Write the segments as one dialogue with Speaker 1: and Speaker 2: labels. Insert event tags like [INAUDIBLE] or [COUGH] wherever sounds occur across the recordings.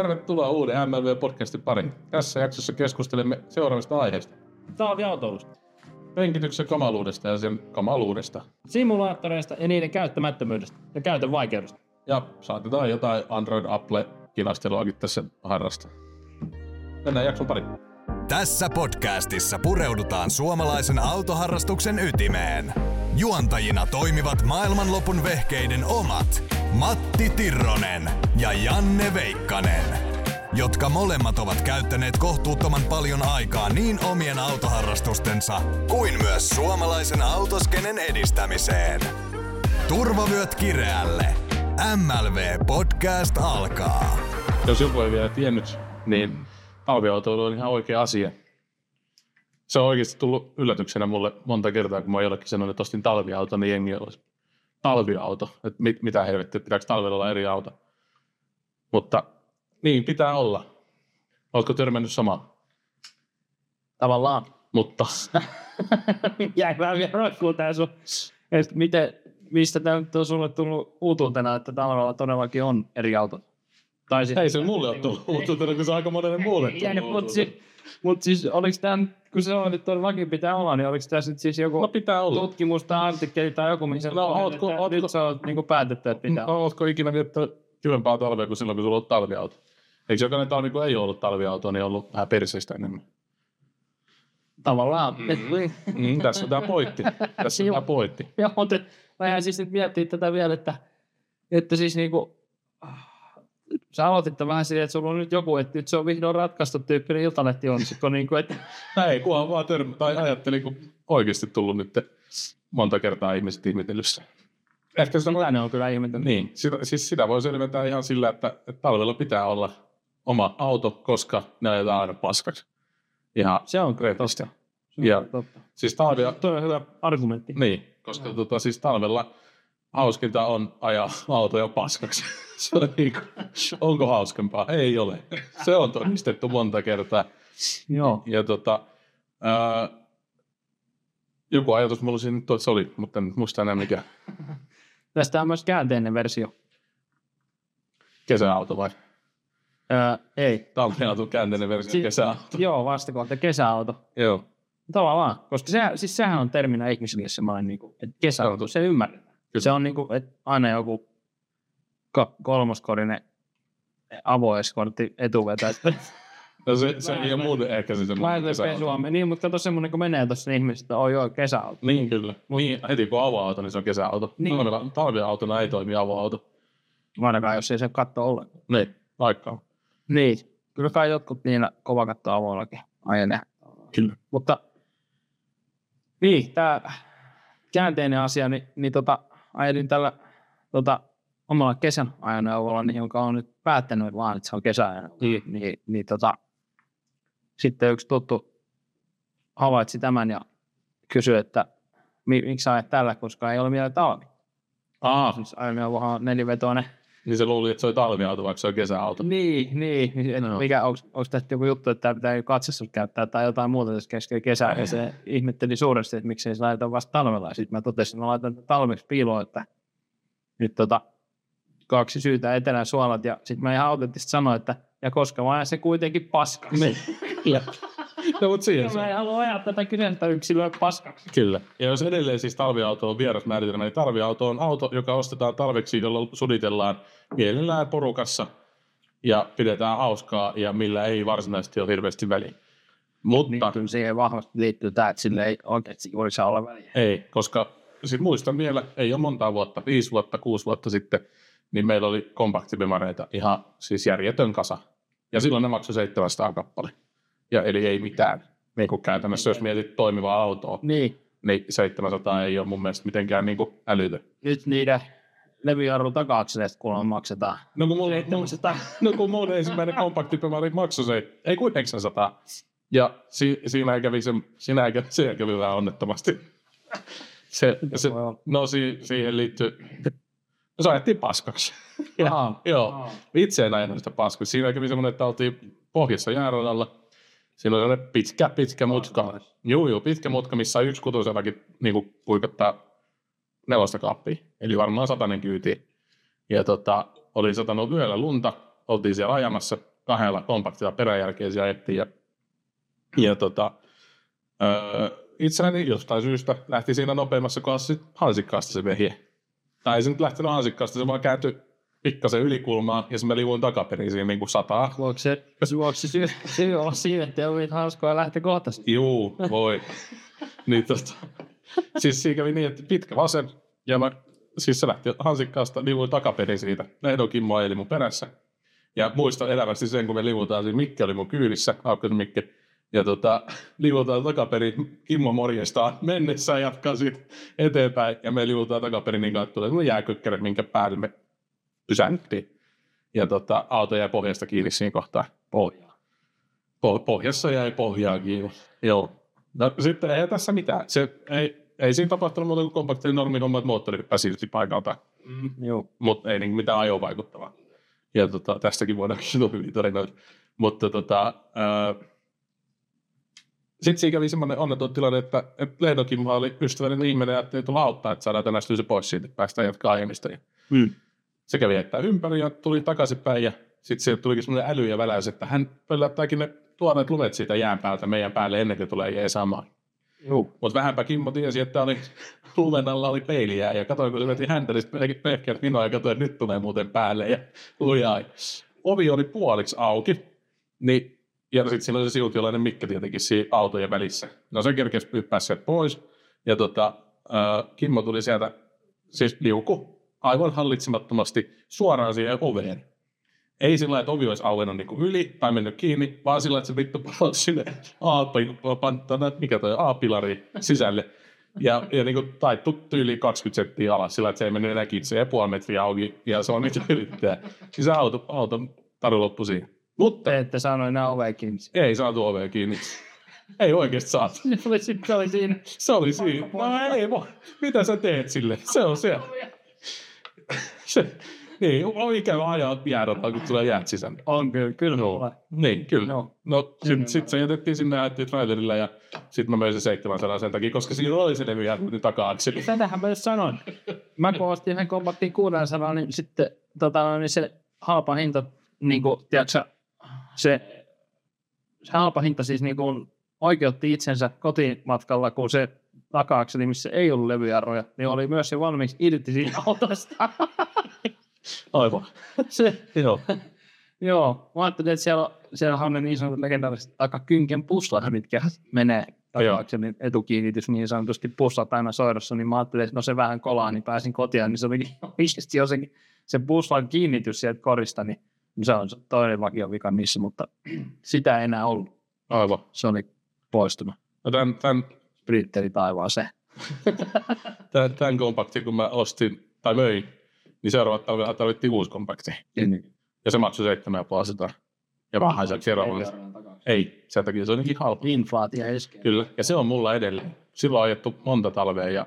Speaker 1: Tervetuloa uuden MLV-podcastin pariin. Tässä jaksossa keskustelemme seuraavista aiheista.
Speaker 2: talviautoilusta,
Speaker 1: Penkityksen kamaluudesta ja sen kamaluudesta.
Speaker 2: simulaattoreista ja niiden käyttämättömyydestä ja käytön vaikeudesta.
Speaker 1: Ja saatetaan jotain Android-Apple-kinasteluakin tässä harrastaa. Mennään jakson pariin.
Speaker 3: Tässä podcastissa pureudutaan suomalaisen autoharrastuksen ytimeen. Juontajina toimivat maailmanlopun vehkeiden omat Matti Tirronen ja Janne Veikkanen, jotka molemmat ovat käyttäneet kohtuuttoman paljon aikaa niin omien autoharrastustensa kuin myös suomalaisen autoskenen edistämiseen. Turvavyöt kireälle. MLV Podcast alkaa.
Speaker 1: Jos joku ei vielä tiennyt, niin talviautoilu on ihan oikea asia. Se on oikeasti tullut yllätyksenä mulle monta kertaa, kun mä oon jollekin sanonut, että ostin talviauto, niin jengi olisi talviauto. Että mit, mitä helvettiä, pitääkö talvella olla eri auto? Mutta niin pitää olla. Oletko törmännyt samaan?
Speaker 2: Tavallaan.
Speaker 1: Mutta
Speaker 2: [LAUGHS]
Speaker 1: [LAUGHS]
Speaker 2: Jäi vähän vielä roikkuu tää sun. Et miten, mistä tämä nyt on sulle tullut uutuutena, että talvella todellakin on eri autot? Tai siis,
Speaker 1: ei se mulle ole tullut uutuutena, kun se on aika monelle muulle
Speaker 2: Jäi,
Speaker 1: tullut
Speaker 2: mut, siis, mut siis oliks tää, nyt- kun se on, että laki pitää olla, niin oliks tässä nyt siis joku
Speaker 1: No pitää olla.
Speaker 2: tutkimus tai artikkeli tai joku, missä
Speaker 1: No, ootko-
Speaker 2: että
Speaker 1: ootko-
Speaker 2: nyt sä oot niinku päätetty, että pitää
Speaker 1: No, ootko ikinä viettänyt kivempaa talvea kuin silloin, kun sulla on ollut talviauto? Eikö jokainen talvi, kun ei ole ollut talviautoa, niin on ollut vähän perseistä enemmän?
Speaker 2: tavallaan. Mm-hmm.
Speaker 1: Mm, tässä on tämä [LAUGHS] pointti. Tässä on
Speaker 2: Joo.
Speaker 1: tämä pointti.
Speaker 2: [LAUGHS] Joo, mutta vähän siis nyt miettii tätä vielä, että, että siis niinku, sä aloitit tämän vähän silleen, että sulla on nyt joku, että nyt se on vihdoin ratkaistu tyyppinen iltalehtionsikko, niinku, että
Speaker 1: No ei, kunhan vaan törmä, tai ajattelin, kun oikeasti tullut nyt monta kertaa ihmiset ihmetelyssä. Ehkä sitä,
Speaker 2: mitä ne on kyllä ihmetellyt.
Speaker 1: niin, sitä, siis sitä voi selventää ihan sillä, että, että talvella pitää olla oma auto, koska ne ajetaan aina paskaksi. Ihan
Speaker 2: Se on kyllä
Speaker 1: rehellisesti.
Speaker 2: totta. Se on
Speaker 1: Ja-
Speaker 2: totta.
Speaker 1: Siis talvia,
Speaker 2: Toi on hyvä argumentti.
Speaker 1: Niin, koska tota, siis talvella hauskinta on ajaa autoja paskaksi. [LAUGHS] Se on niinku, onko hauskempaa? Ei ole. Se on todistettu monta kertaa.
Speaker 2: Joo.
Speaker 1: Ja tota, ää, joku ajatus mulla siinä nyt oli, se oli, mutta en muista enää mikä.
Speaker 2: Tästä on myös käänteinen versio.
Speaker 1: Kesäauto vai?
Speaker 2: Öö, ei.
Speaker 1: Talviauto käänteinen versio
Speaker 2: Si-
Speaker 1: kesäauto.
Speaker 2: Joo, vastakohta kesäauto.
Speaker 1: Joo.
Speaker 2: Tavallaan, koska se, siis sehän on terminä ihmisille semmoinen, niin kuin, että kesäauto, se ymmärretään.
Speaker 1: Kyllä.
Speaker 2: Se on niin kuin, että aina joku ka- kolmoskorinen avoeskortti etuvetäjä.
Speaker 1: No se, se
Speaker 2: Vähän
Speaker 1: ei ole
Speaker 2: se-
Speaker 1: muuten ehkä se semmoinen
Speaker 2: Laitoin
Speaker 1: kesäauto.
Speaker 2: pesua, niin, mutta kato semmoinen, kun menee tuossa, niin ihmiset, että oi joo, kesäauto.
Speaker 1: Niin kyllä. Niin, heti kun avaa auto, niin se on kesäauto.
Speaker 2: Niin.
Speaker 1: Niin. Talviautona ei toimi avoauto.
Speaker 2: Ainakaan, jos ei se katto ollenkaan.
Speaker 1: Niin, vaikka on.
Speaker 2: Niin. Kyllä kai jotkut niillä kovakattoa avoillakin ajelee.
Speaker 1: Kyllä.
Speaker 2: Mutta niin, tämä käänteinen asia, niin, niin tota, ajelin tällä tota, omalla kesän ajoneuvolla, niin, jonka on nyt päättänyt vaan, että se on kesäajoneuvo.
Speaker 1: Mm.
Speaker 2: Niin, niin tota, sitten yksi tuttu havaitsi tämän ja kysyi, että mi- miksi sä ajat tällä, koska ei ole vielä talvi.
Speaker 1: Aa,
Speaker 2: Siis ajoneuvohan on nelivetoinen.
Speaker 1: Niin se luuli, että se oli talviauto, vaikka se on kesäauto.
Speaker 2: Niin, niin. Et
Speaker 1: Joo.
Speaker 2: mikä, onko tästä joku juttu, että tää pitää katsastus käyttää tai jotain muuta tässä keskellä kesää? Ja se ihmetteli suuresti, että miksei se laiteta vasta talvella. Sitten mä totesin, että mä laitan tän talveksi piiloon, että nyt tota, kaksi syytä etelän suolat. Ja sitten mä ihan autentisesti sanoin, että ja koska mä ajan se kuitenkin paskaksi.
Speaker 1: No, mutta siihen
Speaker 2: Mä en halua ajaa tätä kyseistä yksilöä paskaksi.
Speaker 1: Kyllä. Ja jos edelleen siis talviauto on vieras määritelmä, niin talviauto on auto, joka ostetaan talveksi, jolla suditellaan mielellään porukassa ja pidetään hauskaa ja millä ei varsinaisesti ole hirveästi väliä.
Speaker 2: Niin,
Speaker 1: Mutta
Speaker 2: kyllä siihen vahvasti liittyy tämä, että sille ei oikeasti juuri saa olla väliä.
Speaker 1: Ei, koska sit muistan vielä, ei ole montaa vuotta, viisi vuotta, kuusi vuotta sitten, niin meillä oli kompaktibimareita ihan siis järjetön kasa. Ja silloin ne maksoi 700 kappale. Ja eli ei mitään. Niin kuin käytännössä, jos mietit toimivaa autoa,
Speaker 2: Niin,
Speaker 1: niin 700 ei ole mun mielestä mitenkään niin kuin älytön.
Speaker 2: nyt niiden levyjarru taka-akseleista kuulemma maksetaan.
Speaker 1: No kun mulla, mun,
Speaker 2: 700.
Speaker 1: no kun mun ensimmäinen kompaktibimari maksoi se, ei kuin 900. Ja si, siinä kävi se, siinä kävi, se kävi vähän onnettomasti. Se, se,
Speaker 2: Voi olla.
Speaker 1: no si, siihen liittyy, no se ajettiin paskaksi.
Speaker 2: Ahaa.
Speaker 1: Joo, itse en ajanut sitä paskaa. Siinä kävi semmoinen, että oltiin pohjassa jääradalla. Siinä oli sellainen pitkä, pitkä mutka. Juu, juu, pitkä mutka, missä yksi kutosellakin niin puikottaa nelosta kaappia. Eli varmaan satanen kyyti. Ja tota, oli satanut yöllä lunta. oltiin siellä ajamassa kahdella kompaktilla peräjälkeen siellä ettiin ja, ja tota, öö, itselleni jostain syystä lähti siinä nopeammassa kohdassa sit hansikkaasta se vehje. Tai ei se nyt lähtenyt hansikkaasta, se vaan kääntyi pikkasen ylikulmaan ja se mä liuin takaperin siinä niin kuin sataa.
Speaker 2: Voiko se, voiko se syy, syy olla siinä, että ei niin ollut niitä hauskoja lähtökohtaisesti?
Speaker 1: Juu, voi. niin, tota, siis siinä kävi niin, että pitkä vasen ja mä, siis se lähti hansikkaasta, liuin takaperin siitä. Ehdo Kimmo eli mun perässä. Ja muistan elävästi sen, kun me liuutaan, siis Mikki oli mun kyydissä, Aukkasen Mikki. Ja tota, liuutaan takaperin, Kimmo morjestaan mennessä jatkaa siitä eteenpäin. Ja me liuutaan takaperin niin kautta, että jääkökkäri, minkä päälle me pysähdyttiin. Ja tota, auto jäi pohjasta kiinni siinä kohtaa. Pohjaa. Po- pohjassa jäi pohjaa kiinni. Joo. No sitten ei tässä mitään. Se, ei, ei siinä tapahtunut muuta kuin kompaktin normin homma, että moottori pääsi paikalta.
Speaker 2: Joo.
Speaker 1: Mutta ei niin mitään ajoon vaikuttavaa. Ja tota, tästäkin voidaan [LAUGHS] kysyä hyviä tarinoita. Mutta tota, sitten siinä kävi semmoinen onneton tilanne, että, että Lehdokin oli ystävällinen ihminen ja ajattelin tulla auttaa, että saadaan tänästyä se pois siitä, että päästään jatkaa aiemmista. Ja
Speaker 2: Mm.
Speaker 1: se kävi heittää ympäri ja tuli takaisinpäin ja sitten sieltä tulikin semmoinen äly ja väläys, että hän pöllättääkin ne tuoneet lumet siitä jään päältä meidän päälle ennen kuin tulee jeesaamaan.
Speaker 2: Joo.
Speaker 1: Mutta vähänpä Kimmo tiesi, että oli, [LAUGHS] lumen alla oli peiliä ja katsoin, kun se veti häntä, niin sitten pehkeät minua ja katsoin, että nyt tulee muuten päälle ja lujaa. Ovi oli puoliksi auki, niin, ja sitten siinä oli se siutiolainen Mikki tietenkin siinä autojen välissä. No se kerkesi pyyppää sieltä pois ja tota, äh, Kimmo tuli sieltä, siis liuku, aivan hallitsemattomasti suoraan siihen oveen. Ei sillä lailla, että ovi olisi auennut niin kuin yli tai mennyt kiinni, vaan sillä lailla, että se vittu palasi sinne A-panttana, mikä toi A-pilari sisälle. Ja, ja niin kuin taittu tyyli 20 senttiä alas sillä, lailla, että se ei mennyt enää kiinni, se ei puoli metriä auki ja se on mitä yrittää. Siis se auto, auto taru loppui siihen. Mutta
Speaker 2: Te ette saanut enää ovea kiinni.
Speaker 1: ei saatu ovea kiinni. Ei oikeasti saatu.
Speaker 2: Se oli, sit, se oli siinä.
Speaker 1: Se oli siinä. No ei voi. Mitä sä teet sille? Se on siellä. Se, niin, on ikävä ajaa jäädällä, kun tulee jäät sisään.
Speaker 2: On kyllä, kyllä. Joo.
Speaker 1: Niin, kyllä. No,
Speaker 2: Joo.
Speaker 1: no sitten sit se jätettiin sinne ajettiin trailerilla ja sitten mä möin sen 700 sen takia, koska siinä oli se levy jäänyt takaa akseli.
Speaker 2: Tätähän mä just sanoin. Mä kun ostin sen kombattiin 600, niin sitten tota, niin se halpa hinta, niin kuin, tiedätkö, se, se halpa hinta siis niin kuin oikeutti itsensä kotimatkalla, kun se takaakseni, missä ei ollut levyjarruja, niin oli myös jo valmiiksi irti siitä autosta. [LAUGHS]
Speaker 1: Aivan.
Speaker 2: se,
Speaker 1: Joo.
Speaker 2: joo, mä ajattelin, että siellä, on- siellä on ne niin sanotut legendaariset takakynken puslat, mitkä menee takaakseni etukiinnitys niin sanotusti puslat aina soidossa, niin mä ajattelin, että no se vähän kolaa, niin pääsin kotiin, niin se [LAUGHS] olikin oikeasti jotenkin se puslan kiinnitys sieltä korista, niin niin se on se toinen vakiovika niissä, mutta [CLEARS THROAT] sitä ei enää ollut.
Speaker 1: Aivan.
Speaker 2: Se oli poistuma.
Speaker 1: No tämän, tämän,
Speaker 2: Spritteri taivaaseen.
Speaker 1: tämän, tämän kompaktin, kun mä ostin tai möin, niin seuraavat talvella tarvittiin uusi kompakti. Ja se maksoi 7,5 Ja vähän saaksi eroa. Ei, sen takia se on jotenkin
Speaker 2: Niin.
Speaker 1: halpa.
Speaker 2: Inflaatio iskee.
Speaker 1: Kyllä, ja se on mulla edelleen. Silloin on ajettu monta talvea ja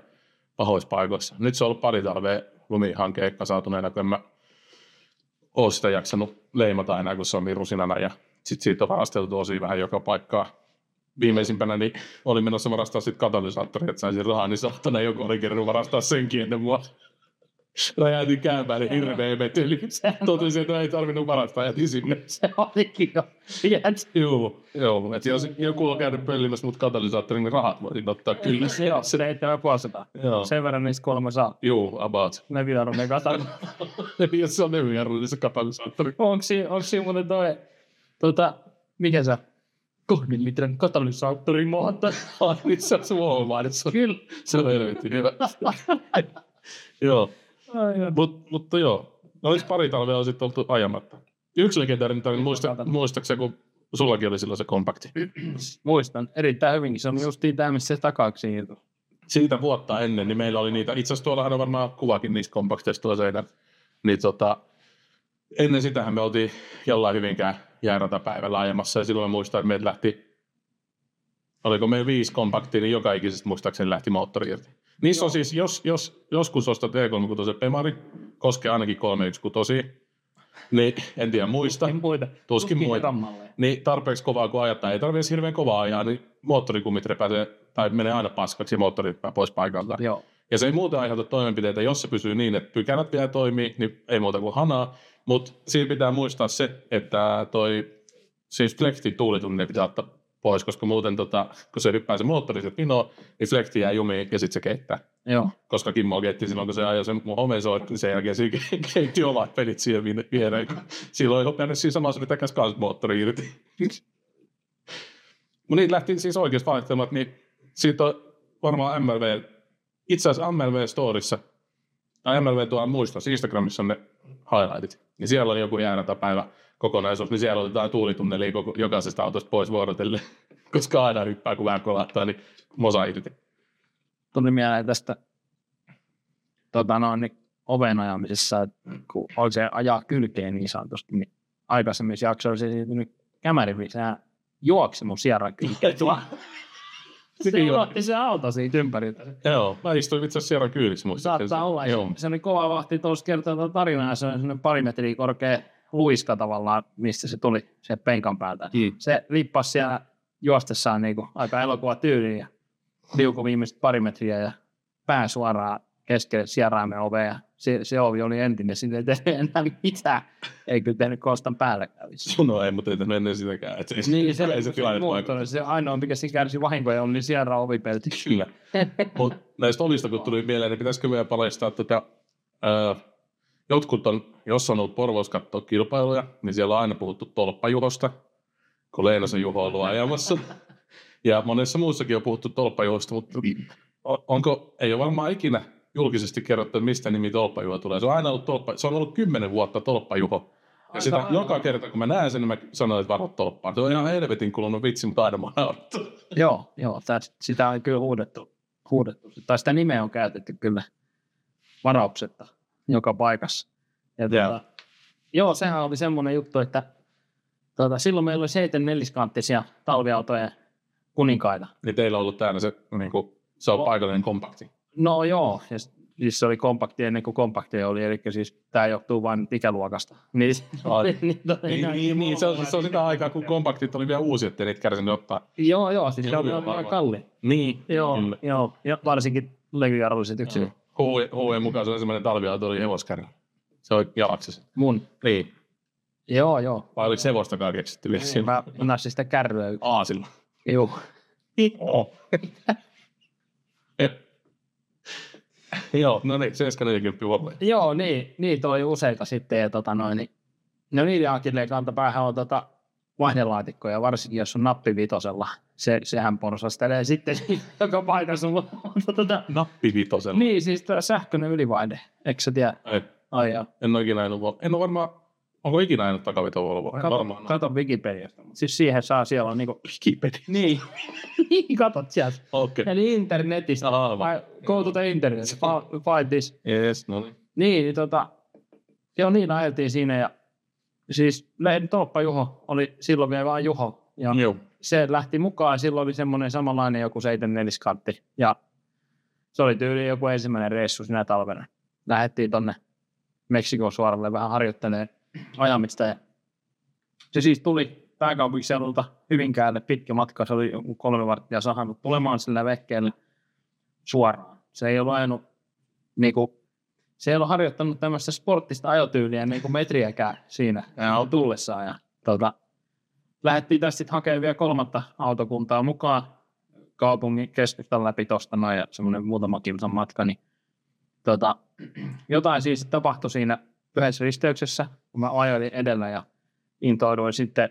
Speaker 1: pahoissa paikoissa. Nyt se on ollut pari talvea lumihankeen kasautuneena, kun en mä oo sitä jaksanut leimata enää, kun se on niin rusinana. Ja sit siitä on varasteltu tosi vähän joka paikkaa. Viimeisimpänä niin oli menossa varastaa sit katalysaattori, että saisin rahaa, niin saatana joku oli kerran varastaa senkin ennen mua. Räjäytin käymään, niin hirveä meteli. Totesin, että ei tarvinnut varastaa, jätin sinne.
Speaker 2: Se olikin jo. Jät-
Speaker 1: Joo, joo. Et jos joku on käynyt pöllimässä mut katalysaattorin, niin rahat voisin ottaa [LAUGHS] kyllä.
Speaker 2: Se on se 750.
Speaker 1: Joo.
Speaker 2: Sen verran niistä kolme saa.
Speaker 1: Joo, about. [LAUGHS]
Speaker 2: Ne vieraille kataan.
Speaker 1: Eli jos se on levyjarru, niin se katalysaattori.
Speaker 2: Onko siinä, onko siinä muuten toi, tota, mikä se on? Kahden litran katalysaattori maata.
Speaker 1: Ah, niin se on suomalainen. Se on, kyllä. Se on helvetin hyvä. [LAUGHS] joo, mut, mutta joo. No olisi pari talvea on sitten oltu ajamatta. Yksi legendaarinen tarina, muista, muistaakseni kun sullakin oli silloin se kompakti.
Speaker 2: Muistan erittäin hyvinkin. Se on justiin tämä, missä se takaksi irto.
Speaker 1: Siitä vuotta ennen, niin meillä oli niitä, itse asiassa tuollahan on varmaan kuvakin niistä kompakteista tuolla seinä. Niin tota, ennen sitähän me oltiin jollain hyvinkään jääratapäivällä ajamassa ja silloin mä muistan, että meiltä lähti, oliko meillä viisi kompaktia, niin joka ikisestä muistaakseni lähti moottori irti. Niissä on siis, jos, jos joskus ostat E36 Pemari, koskee ainakin 316, niin en tiedä muista,
Speaker 2: En muita.
Speaker 1: tuskin muita.
Speaker 2: Rammalle.
Speaker 1: Niin tarpeeksi kovaa kun ajattaa, ei tarvitse hirveän kovaa ajaa, niin moottorikummit repäsee, tai menee aina paskaksi ja moottori hyppää pois paikalta.
Speaker 2: Joo.
Speaker 1: Ja se ei muuten aiheuta toimenpiteitä, jos se pysyy niin, että pykälät vielä toimii, niin ei muuta kuin hanaa. Mutta siinä pitää muistaa se, että toi, siis flekti tuulitunne pitää ottaa pois, koska muuten tota, kun se hyppää se moottori se pinoon, niin flekti jää jumiin ja sitten se keittää.
Speaker 2: Joo.
Speaker 1: Koska Kimmo keitti silloin, kun se ajoi sen mun homeisoon, niin sen jälkeen se ke- keitti omat pelit siihen vi- viereen. Silloin ei ole mennyt siinä samassa, mitä käs kans moottori irti. [LAUGHS] Mutta niitä lähti siis oikeasti valittamaan, niin siitä on varmaan MLV, itse asiassa MLV Storissa, no tai MLV tuolla muista, siis Instagramissa on ne highlightit. Niin siellä on joku jäänätäpäivä kokonaisuus, niin siellä otetaan tuulitunnelia koko, jokaisesta autosta pois vuorotellen, [LAUGHS] koska aina hyppää, kun vähän kolahtaa, niin mosa irti.
Speaker 2: Tuli mieleen tästä tota noin, niin oven ajamisessa, että kun on se ajaa kylkeen niin sanotusti, niin aikaisemmissa jaksoissa esiintynyt kämärin sisään juoksemus sierran
Speaker 1: [LAUGHS]
Speaker 2: kylkeen. se
Speaker 1: Sekin on-
Speaker 2: ulotti se auto siitä ympäriltä.
Speaker 1: Joo, mä istuin itse asiassa siellä kyydissä muistaakseni.
Speaker 2: Saattaa olla.
Speaker 1: Joo.
Speaker 2: Joo. Niin Se oli kova vahti tuossa kertaa tätä tarinaa, ja se on semmoinen pari metriä korkea luiska tavallaan, mistä se tuli sen penkan päältä.
Speaker 1: Mm.
Speaker 2: Se lippasi siellä juostessaan niin kuin, aika elokuva tyyliin ja liuku viimeiset pari metriä ja pää suoraan keskelle sieraimen ovea. Ja Se, se ovi oli entinen, sinne ei tehnyt enää mitään. Ei kyllä tehnyt kostan päälle kävissä.
Speaker 1: No ei, mutta ei tehnyt ennen sitäkään. Et se,
Speaker 2: Niin, se,
Speaker 1: ei
Speaker 2: se,
Speaker 1: se
Speaker 2: se,
Speaker 1: tilanne vaikuta.
Speaker 2: muuttunut. se ainoa, mikä siinä kärsi vahinkoja, oli sierra ovipelti.
Speaker 1: Kyllä. Mut näistä olista, kun tuli mieleen, niin pitäisikö vielä paljastaa tätä... Öö, jotkut on, jos on ollut Porvoos katsoa kilpailuja, niin siellä on aina puhuttu tolppajuhosta, kun Leenosen Juho on ollut ajamassa. Ja monessa muussakin on puhuttu tolppajuhosta, mutta on- onko, ei ole varmaan ikinä julkisesti kerrottu, että mistä nimi tolppajuho tulee. Se on aina ollut, tolppa, se on ollut kymmenen vuotta tolppajuho. Ja sitä
Speaker 2: Aika-
Speaker 1: joka kerta, kun mä näen sen, niin mä sanon, että varo tolppaan. Se on ihan helvetin kulunut vitsi, mutta aina mä oon naurattu.
Speaker 2: Joo, joo täs, sitä on kyllä huudettu, huudettu. Tai sitä nimeä on käytetty kyllä varauksetta joka paikassa. Ja
Speaker 1: Joo.
Speaker 2: tuota, joo, sehän oli semmoinen juttu, että tuota, silloin meillä oli seitsemän neliskanttisia talviautojen kuninkaita.
Speaker 1: Niin teillä on ollut täällä se, niin kuin, se on paikallinen kompakti.
Speaker 2: No joo, ja s- siis se oli kompakti ennen kuin kompakti oli, eli siis tämä johtuu vain ikäluokasta. Niin,
Speaker 1: Ai.
Speaker 2: [LAUGHS] niin, tuota,
Speaker 1: Niin, niin, niin se, on, se on sitä aikaa, kun kompaktit oli vielä uusi, ettei niitä kärsinyt ottaa.
Speaker 2: [LAUGHS] Joo, joo, siis se
Speaker 1: Joo,
Speaker 2: on
Speaker 1: joo,
Speaker 2: aika
Speaker 1: varmaan.
Speaker 2: kalli.
Speaker 1: Niin,
Speaker 2: Joo,
Speaker 1: Kyllä.
Speaker 2: joo, ja varsinkin legendaariset yksilöt.
Speaker 1: HV mukaan se on ensimmäinen talviauto oli hevoskärrä. Se oli jalaksessa.
Speaker 2: Mun.
Speaker 1: Niin.
Speaker 2: Joo, joo.
Speaker 1: Vai oliko hevostakaan keksitty vielä
Speaker 2: Niin,
Speaker 1: siinä?
Speaker 2: Mä nassin sitä kärryä.
Speaker 1: Aasilla.
Speaker 2: Juu. Niin.
Speaker 1: Oh. Eh. Joo, no niin, 740 huomioon.
Speaker 2: Joo, niin, niitä oli useita sitten. Ja tota noin, niin, no niiden akilleen kantapäähän on tota vaihdelaatikkoja, varsinkin jos on nappi vitosella. Se, sehän porsastelee sitten [LAUGHS] joka paikassa. Mutta tota,
Speaker 1: Nappi vitosella.
Speaker 2: niin, siis tää sähköinen ylivaihde. Eikö sä tiedä?
Speaker 1: Ei,
Speaker 2: Ai joo.
Speaker 1: En ole ikinä ajanut Vol- En ole varmaan, onko ikinä ajanut takavito Volvoa? En
Speaker 2: Kato,
Speaker 1: Varmaan.
Speaker 2: kato Wikipediasta. Siis siihen saa siellä on niinku...
Speaker 1: Wikipedia.
Speaker 2: Niin. [LAUGHS] katot sieltä.
Speaker 1: Okei.
Speaker 2: Eli internetistä.
Speaker 1: Aivan.
Speaker 2: Vai, go to the internet. Fi- Find this.
Speaker 1: Yes, no niin.
Speaker 2: Niin, niin tota, joo, niin ajeltiin siinä ja siis Lehdin Tolppa Juho oli silloin vielä vain Juho. Ja
Speaker 1: Joo.
Speaker 2: se lähti mukaan, silloin oli semmoinen samanlainen joku 74 kartti ja se oli tyyli joku ensimmäinen reissu sinä talvena. Lähettiin tonne Meksikon suoralle vähän harjoittelee ajamista ja se siis tuli pääkaupunkiseudulta Hyvinkäälle pitkä matka, se oli joku kolme varttia sahannut tulemaan sillä vehkeellä suoraan. Se ei ollut ajanut niinku, se ei ollut harjoittanut tämmöistä sporttista ajotyyliä niinku metriäkään siinä ja on tullessaan ja tota, lähdettiin tästä sitten hakemaan vielä kolmatta autokuntaa mukaan kaupungin keskustan läpi tuosta noin ja semmoinen muutama kilsan matka, niin tota, jotain siis tapahtui siinä yhdessä risteyksessä, kun mä ajoin edellä ja intouduin sitten,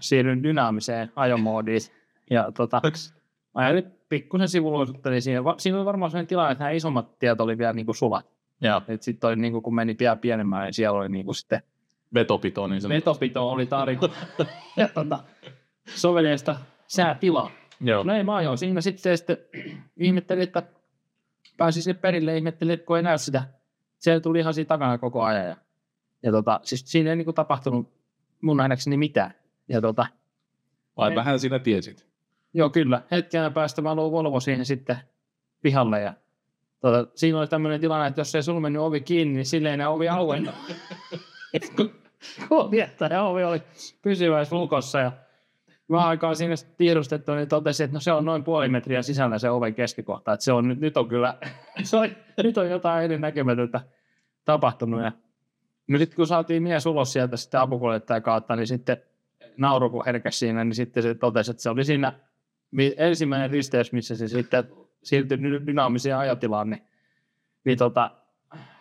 Speaker 2: siirryin dynaamiseen ajomoodiin ja tota, ajelin pikkusen sivuluisuttelin siihen. Va- siinä oli varmaan sellainen tilanne, että nämä isommat tiet oli vielä niinku sulat.
Speaker 1: Joo.
Speaker 2: Sitten niinku, kun meni vielä pienemmään, niin siellä oli niinku sitten
Speaker 1: Vetopito, niin se
Speaker 2: vetopito oli tarina. [LAUGHS] ja tota, soveliasta säätilaa.
Speaker 1: Joo.
Speaker 2: No ei mä ajoin siinä sitten, sitten [CLEARS THROAT] ihmettelin, että pääsin sinne perille ja ihmettelin, että kun ei näy sitä. Se tuli ihan siinä takana koko ajan. Ja, ja tota, siis siinä ei niinku tapahtunut mun nähdäkseni mitään. Ja tota, niin.
Speaker 1: Vai vähän sinä tiesit?
Speaker 2: Joo, kyllä. Hetken päästä mä luin Volvo siihen sitten pihalle. Ja, tuota, siinä oli tämmöinen tilanne, että jos ei sulla mennyt ovi kiinni, niin silleen enää ovi auennut. Ovi, että ja ovi oli pysyväis lukossa. Ja vähän aikaa siinä sitten tiedustettu, niin totesin, että no se on noin puoli metriä sisällä se oven keskikohta. Että se [LAUGHS] on, nyt, nyt on kyllä, se on, nyt on jotain ennennäkemätöntä tapahtunut. Ja No sitten kun saatiin mies ulos sieltä sitä apukuljettajan kautta, niin sitten nauru kun herkäsi siinä, niin sitten se totesi, että se oli siinä mi- ensimmäinen risteys, missä se sitten siirtyi dy- dynaamiseen ajatilaan, niin, niin tota,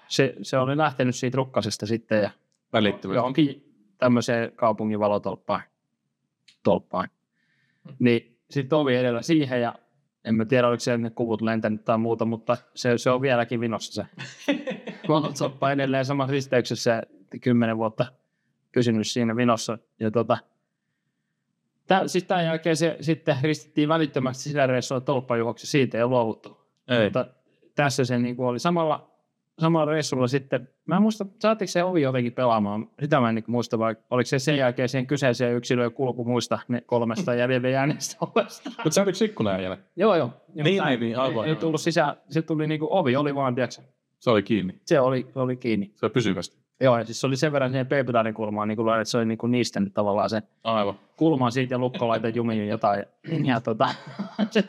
Speaker 2: se, se, oli lähtenyt siitä rukkasesta sitten ja
Speaker 1: välittömästi.
Speaker 2: johonkin tämmöiseen kaupungin valotolppaan. Tolppaan. Niin sitten ovi edellä siihen ja en mä tiedä, oliko siellä ne kuvut lentänyt tai muuta, mutta se, se on vieläkin vinossa se valotolppa edelleen samassa risteyksessä kymmenen vuotta pysynyt siinä vinossa. Ja tota, tämän, siis tämän jälkeen se sitten ristittiin välittömästi sisäreissua tolppajuhoksi, siitä ei luovuttu.
Speaker 1: Ei.
Speaker 2: Mutta tässä se niin oli samalla, samalla reissulla sitten, mä en muista, saatiinko se ovi jotenkin pelaamaan, sitä mä en niin muista, vai oliko se sen jälkeen siihen kyseiseen yksilöön kulku muista ne
Speaker 1: [LAUGHS]
Speaker 2: kolmesta jäljellä jääneestä olesta.
Speaker 1: Mutta sä olit ikkunaajana.
Speaker 2: joo, joo. joo
Speaker 1: Niin,
Speaker 2: tää-
Speaker 1: niin, niin, aivan,
Speaker 2: ei- Ei
Speaker 1: aivan.
Speaker 2: tullut sisään, se tuli niin kuin ovi, oli vaan, tiedätkö,
Speaker 1: Se oli kiinni.
Speaker 2: se oli, se oli kiinni.
Speaker 1: Se oli pysyvästi.
Speaker 2: Joo, ja siis se oli sen verran siihen peipilainen kulmaan, niin kuin, että se oli niin kuin niistänyt tavallaan se
Speaker 1: Aivan.
Speaker 2: kulman siitä ja lukko laitettiin jumiin jotain. Ja, ja tota, [LAUGHS] se,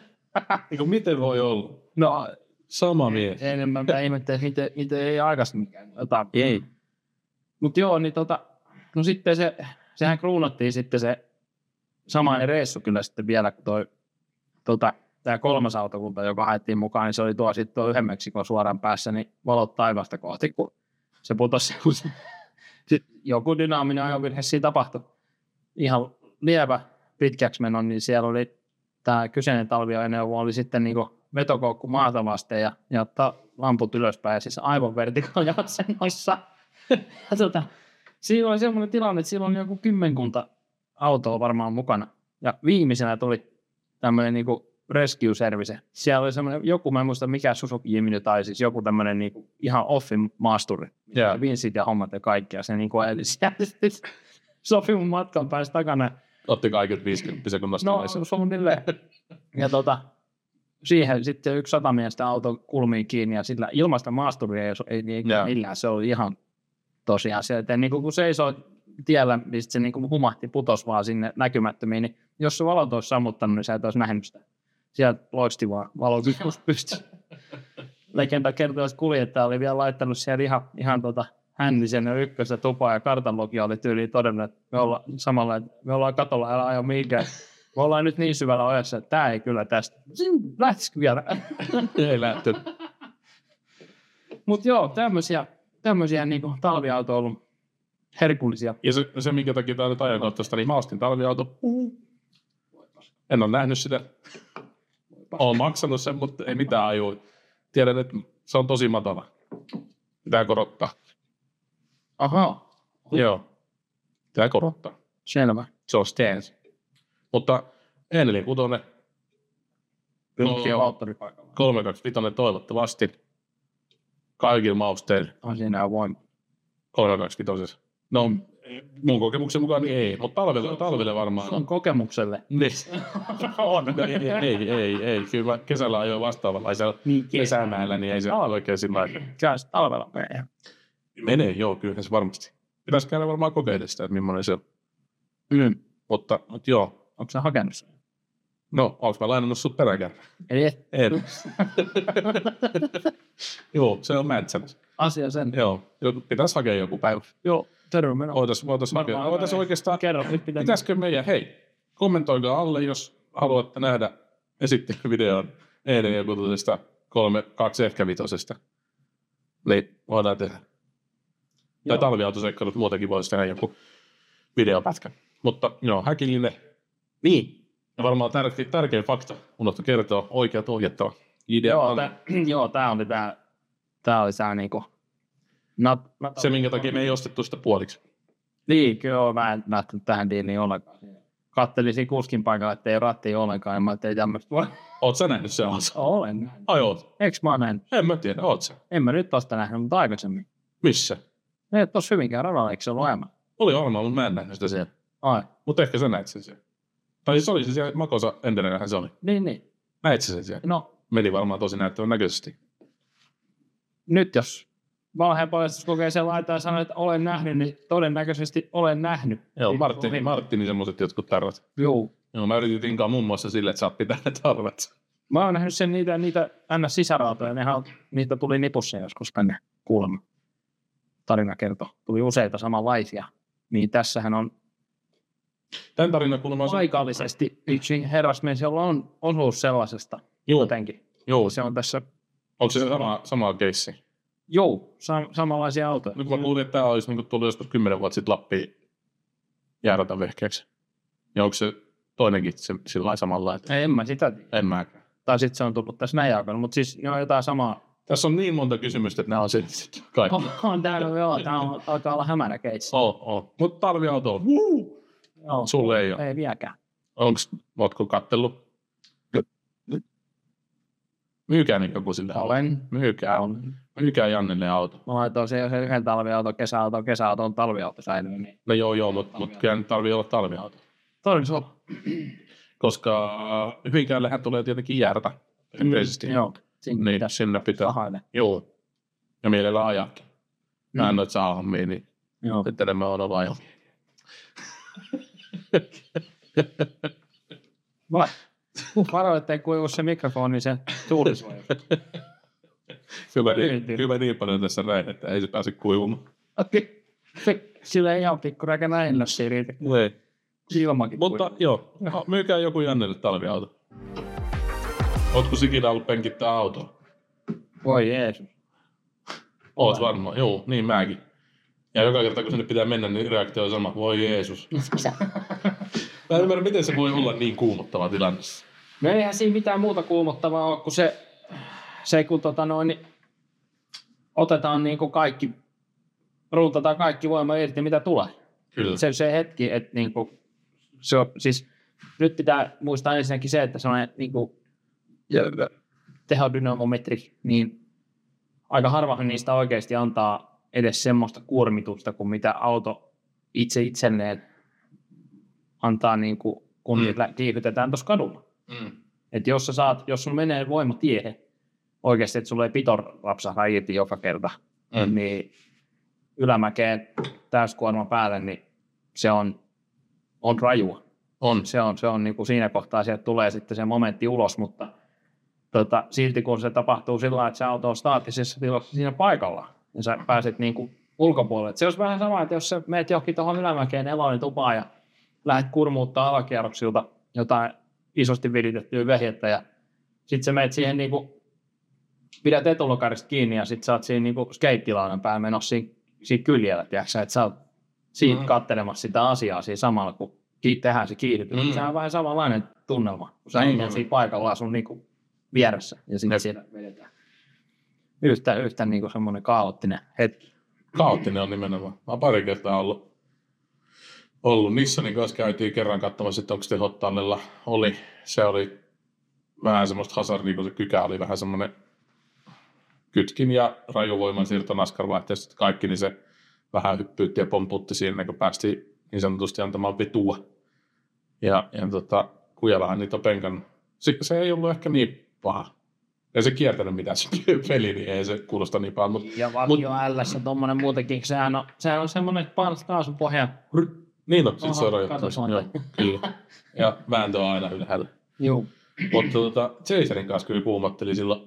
Speaker 1: Niin kuin miten voi olla?
Speaker 2: no,
Speaker 1: Sama mies.
Speaker 2: enemmän mä ihmettelen, että miten, miten ei aikaisemmin käynyt jotain.
Speaker 1: Ei.
Speaker 2: Mutta joo, niin tota, no sitten se, sehän kruunattiin sitten se samainen reissu kyllä sitten vielä, kun toi, tota, tämä kolmas autokunta, joka haettiin mukaan, niin se oli tuo sitten tuo yhden Meksikon suoran päässä, niin valot taivasta kohti, kun se putosi se, sit joku dynaaminen ajovirhe siinä tapahtui. Ihan lievä pitkäksi menon, niin siellä oli tämä kyseinen talviajoneuvo oli sitten niinku vetokoukku maata vasten ja, ja ta, lamput ylöspäin ja siis aivan [LAUGHS] vertikaaliasennossa. Ja tota, siinä oli semmoinen tilanne, että silloin oli joku kymmenkunta autoa varmaan mukana. Ja viimeisenä tuli tämmöinen niinku rescue service. Siellä oli semmoinen joku, mä en muista mikä Suzuki Jimny tai siis joku tämmöinen niinku ihan offin maasturi.
Speaker 1: Joo.
Speaker 2: Yeah. Vinsit ja hommat ja kaikkea. Se niinku eli [LAUGHS] siellä sitten sopimun matkan päästä takana.
Speaker 1: Otti kaiket 50 kun nostin
Speaker 2: No, suunnilleen. Ja tota, siihen sitten yksi sata miestä auto kulmiin kiinni ja sillä ilmaista maasturia ei, ei, ei
Speaker 1: Joo.
Speaker 2: millään, se oli ihan tosiaan se, että niin kuin, kun seisoo tiellä, mistä se niin kuin humahti, putos vaan sinne näkymättömiin, niin jos se valot olisi sammuttanut, niin sä et olisi nähnyt sitä. Sieltä loisti vaan valokynnys pystyssä. Legenda kertoo, että kuljettaja oli vielä laittanut siellä ihan, ihan tota, hännisen ja ykköstä tupaa ja kartanlogi oli tyyliin todennut, että me ollaan samalla, että me ollaan katolla, älä ajo mihinkään. Me ollaan nyt niin syvällä ojassa, että tämä ei kyllä tästä. Sin- Lähtisikö vielä? [LAUGHS]
Speaker 1: Ei lähtenyt.
Speaker 2: Mutta joo, tämmöisiä, tämmöisiä niinku talviauto on ollut herkullisia.
Speaker 1: Ja se, se minkä takia tämä nyt ajankohtaista, niin mä ostin talviauto. En ole nähnyt sitä. Olen maksanut sen, mutta ei mitään ajua. Tiedän, että se on tosi matala. Pitää korottaa.
Speaker 2: Aha,
Speaker 1: Joo. Pitää korottaa.
Speaker 2: selvä.
Speaker 1: Se on stance. Mutta Enelin kutonen,
Speaker 2: Pyrkii
Speaker 1: Joo.
Speaker 2: moottoripaikalla.
Speaker 1: 325 toivottavasti. Kaikilla mausteilla.
Speaker 2: On siinä voima.
Speaker 1: 325. No, mun kokemuksen mukaan niin ei, mutta talvelle, talvelle varmaan.
Speaker 2: On
Speaker 1: [LAUGHS]
Speaker 2: kokemukselle. Niin,
Speaker 1: Niin.
Speaker 2: [LAUGHS] On.
Speaker 1: No, ei, ei, ei, ei, kyllä mä kesällä ajoin vastaavanlaisella
Speaker 2: Niin,
Speaker 1: kesämäellä, niin ei se ala oikein sillä lailla.
Speaker 2: Kyllä se talvella menee.
Speaker 1: Menee, joo, kyllä se varmasti. Pitäisi käydä varmaan kokeilla sitä, että millainen se on. Mm. Mutta, mutta joo,
Speaker 2: Onko se hakenut sen?
Speaker 1: no, onko mä lainannut sut peräkärrä?
Speaker 2: Eli et-
Speaker 1: En. joo, se on mätsämässä.
Speaker 2: asia sen.
Speaker 1: Joo, joku- pitäisi hakea joku päivä.
Speaker 2: Joo, terve on.
Speaker 1: Voitaisiin voitais
Speaker 2: Varmaan
Speaker 1: hakea. Voitais
Speaker 2: aika-
Speaker 1: oikeastaan
Speaker 2: Kerro, nyt pitää.
Speaker 1: Niin. Pitäisikö meidän, hei, kommentoikaa alle, jos haluatte nähdä esittelyvideon eilen joku tuosta 3.2 ehkä vitosesta. Niin, voidaan tehdä. Tai
Speaker 2: Joo.
Speaker 1: talviautoseikkailut muutenkin voisi tehdä joku videopätkä. Mutta joo, häkillinen. Niin. Ja varmaan tärkein, tärkein fakta, unohtu kertoa, oikeat ohjettava. Idea
Speaker 2: Joo,
Speaker 1: on
Speaker 2: tää, [CLEARS THROAT] joo, tää oli tää, tää oli tää niinku, nat, nat,
Speaker 1: se, minkä takia me ei ostettu sitä puoliksi.
Speaker 2: niin, kyllä joo, mä en lähtenyt tähän diiliin ollenkaan. Kattelisin kuskin paikalla, ettei rattia ollenkaan, ja mä ettei tämmöistä voi.
Speaker 1: Oot sä nähnyt sen osa?
Speaker 2: Olen.
Speaker 1: Ai oot.
Speaker 2: Eiks mä oon nähnyt?
Speaker 1: En mä tiedä, oot sä.
Speaker 2: En mä nyt tosta nähnyt, mutta aikaisemmin.
Speaker 1: Missä?
Speaker 2: Ne ei tossa hyvinkään radalla, eikö se ollut ajama?
Speaker 1: Oli varmaan, mutta mä en nähnyt sitä siellä.
Speaker 2: Ai,
Speaker 1: Mutta ehkä sä näit sen siellä. Tai siis oli se siellä Makosa Entenenähän se oli.
Speaker 2: niin, niin.
Speaker 1: Näit sä sen siellä.
Speaker 2: No,
Speaker 1: Meni varmaan tosi näyttävän näköisesti.
Speaker 2: nyt jos valheen paljastuskokeeseen laitetaan ja sanoo, että olen nähnyt, niin todennäköisesti olen nähnyt.
Speaker 1: Joo,
Speaker 2: Niin,
Speaker 1: Martini,
Speaker 2: niin.
Speaker 1: Martini semmoiset jotkut tarrat.
Speaker 2: Joo.
Speaker 1: Joo, mä yritin tinkaa muun muassa sille, että saat pitää ne tarrat.
Speaker 2: Mä oon nähnyt sen niitä, niitä ns. sisärautoja, nehän, on- niitä tuli nipussa joskus tänne kuulemma. tarina kertoi. Tuli useita samanlaisia. Niin tässähän on
Speaker 1: Tämän tarina kuulemma on se-
Speaker 2: paikallisesti yksi herrasmies, jolla on osuus sellaisesta
Speaker 1: Joo,
Speaker 2: jotenkin. niin
Speaker 1: joo.
Speaker 2: Se on tässä,
Speaker 1: Onko se sama, sama keissi?
Speaker 2: joo, sam- samanlaisia autoja.
Speaker 1: Nyt mä luulin, että tämä olisi niinku tullut joskus 10 vuotta sitten Lappiin jäärata vehkeeksi. Ja onko se toinenkin se, sillä lailla samalla? Että
Speaker 2: En mä sitä tiedä.
Speaker 1: en mä.
Speaker 2: Tai sitten se on tullut tässä näin aikana, mutta siis joo, jotain samaa.
Speaker 1: Tässä on niin monta kysymystä, että nämä on sitten kaikki. Oh.
Speaker 2: Oh, [LAUGHS] on täällä, joo, tää on, alkaa olla hämärä keitsi.
Speaker 1: Oh, oh. Mutta talviauto on. Woo!
Speaker 2: Joo,
Speaker 1: Sulle ei ole.
Speaker 2: ei vieläkään.
Speaker 1: Onko, ootko kattellut? Myykää niin joku sille auto.
Speaker 2: Olen.
Speaker 1: Myykää,
Speaker 2: Olen.
Speaker 1: myykää Jannelle auto.
Speaker 2: Mä laitoin se, se yhden talviauton, kesäauton, kesäauton, talviauto säilyy. Niin.
Speaker 1: No joo, joo, mutta mut kyllä nyt tarvii olla talviauto.
Speaker 2: Todellisuus.
Speaker 1: Koska Hyvinkäällähän tulee tietenkin järtä yleisesti.
Speaker 2: Mm, Joo. Siinä
Speaker 1: Niin,
Speaker 2: pitäisi
Speaker 1: sinne pitää.
Speaker 2: sahaille.
Speaker 1: Joo. Ja mielellään ajakin.
Speaker 2: Mm.
Speaker 1: Mä en noita saa hommia, niin
Speaker 2: Joo.
Speaker 1: sitten enemmän on olla
Speaker 2: [LAUGHS]
Speaker 1: ajakin.
Speaker 2: Vai. Huh, varo, ettei kuivu se mikrofoni, niin se tuuli suojaa.
Speaker 1: Hyvä, niin,
Speaker 2: Yritin.
Speaker 1: hyvä niin paljon tässä näin, että ei se pääse kuivumaan.
Speaker 2: Okei. Se- Sillä ei ihan pikkuräkä näin siinä riitä.
Speaker 1: Ei.
Speaker 2: Ilmakin
Speaker 1: Mutta
Speaker 2: kuivuu.
Speaker 1: joo, ha- myykää joku Jannelle talviauto. Ootko sikinä ollut penkittää autoa?
Speaker 2: Voi Jeesus.
Speaker 1: Oot varma, joo, niin mäkin. Ja joka kerta kun sinne pitää mennä, niin reaktio on sama. Voi Jeesus. Mä en ymmärrä, miten se voi olla niin kuumottava tilanne.
Speaker 2: No eihän siinä mitään muuta kuumottavaa ole, kun se, se kun tota noin, niin otetaan niin kuin kaikki, runtataan kaikki voima irti, mitä tulee.
Speaker 1: Kyllä.
Speaker 2: Se, se hetki, että niin kuin, se on, siis nyt pitää muistaa ensinnäkin se, että se on niin kuin, tehodynamometri, niin aika harvahan niistä oikeasti antaa edes semmoista kuormitusta kuin mitä auto itse itselleen antaa, niin kuin, kun
Speaker 1: Mm.
Speaker 2: mm. kiihytetään tuossa kadulla.
Speaker 1: Mm.
Speaker 2: Et jos sä saat, jos sun menee voima tiehen, oikeasti, että sulla ei pitor rapsahda irti joka kerta,
Speaker 1: Mm.
Speaker 2: mm. niin ylämäkeen täyskuorma päälle, niin se on, on rajua.
Speaker 1: On.
Speaker 2: Se on, se on niin kuin siinä kohtaa, sieltä tulee sitten se momentti ulos, mutta tota, silti kun se tapahtuu sillä lailla, että se auto on staattisessa tilassa siinä paikalla, ja sä pääset niin kuin ulkopuolelle. Et se olisi vähän sama, että jos sä meet johonkin tuohon ylämäkeen eloinen tupaan ja lähdet kurmuuttaa alakierroksilta jotain isosti viritettyä vehjettä ja sitten sä meet siihen niinku, pidät etulokarista kiinni ja sitten sä oot siinä niinku skeittilaudan päällä menossa siinä, siinä kyljellä, tiedätkö että sä oot siitä
Speaker 1: Mm.
Speaker 2: mm. kattelemassa sitä asiaa siinä samalla, kun ki- tehdään se kiihdytys.
Speaker 1: Mm.
Speaker 2: Mm. Se on vähän samanlainen tunnelma, kun sä
Speaker 1: Mm.
Speaker 2: mm. siinä paikallaan sun niinku vieressä ja
Speaker 1: Jep.
Speaker 2: sitten siellä vedetään. Yhtä, yhtä niinku semmoinen kaoottinen hetki.
Speaker 1: Kaoottinen on nimenomaan. Mä oon pari kertaa ollut, ollut Nissanin kanssa käytiin kerran katsomassa, että onko tehotallella oli. Se oli vähän semmoista hazardia, kun se kykä oli vähän semmoinen kytkin ja rajuvoiman siirto naskar vaihteessa kaikki, niin se vähän hyppyytti ja pomputti siinä, ennen kuin päästiin niin sanotusti antamaan vetua. Ja, ja tota, Kujalahan niitä on penkannut. Se, se ei ollut ehkä niin paha. Ei se kiertänyt mitään se [LAUGHS] peli, niin ei se kuulosta niin pahalta. Mutta
Speaker 2: Ja vakio L-ssä tuommoinen muutenkin, sehän on, sehän on semmoinen, että painat kaasupohjan.
Speaker 1: Niin on, sit se
Speaker 2: Aha,
Speaker 1: on rajoittunut.
Speaker 2: kato, se on
Speaker 1: Joo, kyllä. [LAUGHS] Ja vääntö on aina ylhäällä.
Speaker 2: Joo.
Speaker 1: Mutta tota, Chaserin kanssa kyllä kuumotteli silloin.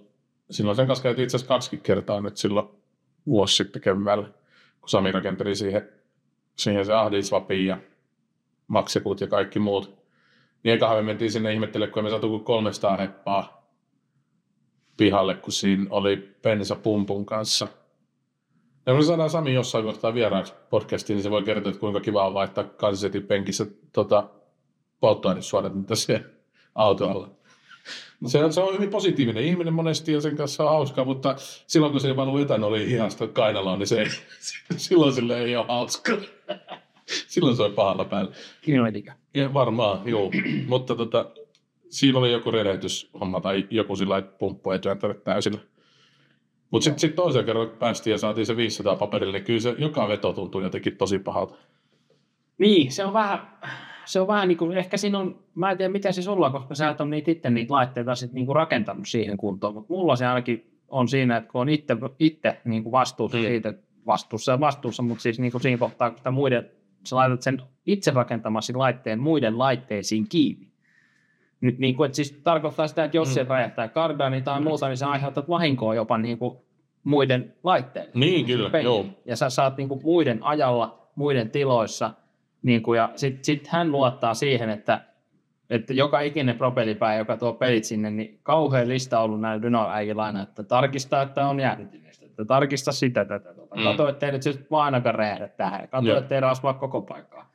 Speaker 1: Silloin sen kanssa käytiin itse asiassa kaksi kertaa nyt silloin vuosi sitten keväällä, kun Sami rakenteli siihen, siihen se ahdisvapin ja maksikut ja kaikki muut. Niin ekahan me mentiin sinne ihmettele, kun me saatu kuin 300 heppaa pihalle, kun siinä oli bensa pumpun kanssa. Ja kun me saadaan Sami jossain kohtaa vieraaksi podcastiin, niin se voi kertoa, että kuinka kiva on vaihtaa kansisetin penkissä tota, polttoainesuodatinta siellä autolla. No. Se on, se on hyvin positiivinen ihminen monesti ja sen kanssa on hauskaa, mutta silloin kun se valuu etanoli hihasta kainaloon, niin se ei, [LAUGHS] silloin sille ei ole hauskaa. [LAUGHS] Silloin se on pahalla päällä.
Speaker 2: Kilometrikä.
Speaker 1: Ja varmaan, joo. [CLEARS THROAT] Mutta tota, siinä oli joku rehdytyshomma tai joku sillä lailla, että pumppu ei työntänyt täysillä. Mutta sitten sit toisen kerran kun päästiin ja saatiin se 500 paperille, niin kyllä se joka veto tuntuu jotenkin tosi pahalta.
Speaker 2: Niin, se on vähän, se on vähän niin kuin, ehkä siinä on, mä en tiedä mitä se sulla, on, koska sä et ole niitä itse niitä laitteita sit niin kuin rakentanut siihen kuntoon, mutta mulla se ainakin on siinä, että kun on itse, itse niin kuin vastuussa
Speaker 1: Mm.
Speaker 2: mm. siitä, vastuussa vastuussa, mutta siis niin kuin siinä kohtaa, kun sitä muiden, sä laitat sen itse rakentamasi laitteen muiden laitteisiin kiinni. Nyt niin kuin, että siis tarkoittaa sitä, että jos
Speaker 1: Mm.
Speaker 2: se räjähtää kardaani tai muuta, niin sä aiheutat vahinkoa jopa niin kuin muiden laitteille.
Speaker 1: Niin, kyllä,
Speaker 2: Peliin.
Speaker 1: joo.
Speaker 2: Ja sä saat niin kuin muiden ajalla, muiden tiloissa. Niin kuin, ja sitten sit hän luottaa siihen, että, että joka ikinen propellipää, joka tuo pelit sinne, niin kauhean lista on ollut näillä dynoäijillä aina, että tarkistaa, että on jäädytyneestä, että tarkista sitä, tätä, tota.
Speaker 1: Mm.
Speaker 2: Kato, ettei nyt siis vaan ainakaan räjähdä tähän. Kato,
Speaker 1: Joo.
Speaker 2: ettei rasvaa koko paikkaa.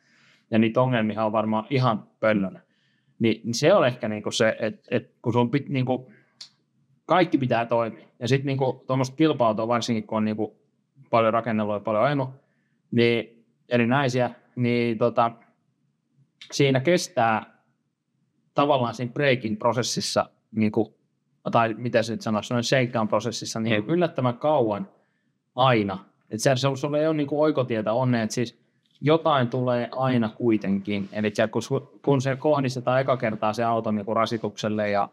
Speaker 2: Ja niitä ongelmia on varmaan ihan pöllönä. Ni, niin se on ehkä niinku se, että et, kun sun pit, niinku, kaikki pitää toimia. Ja sitten niinku, tuommoista kilpautua, varsinkin kun on niinku, paljon rakennellut ja paljon ajanut, niin erinäisiä, niin tota, siinä kestää tavallaan siinä breakin prosessissa, niin kuin, tai miten se nyt sanoisi, noin shakedown prosessissa, niin yllättävän kauan aina. Että se, se, sulla ei ole niin kuin oikotietä onneen, että siis jotain tulee aina kuitenkin. Eli kun, su- kun se kohdistetaan eka kertaa se auton niin kuin rasitukselle ja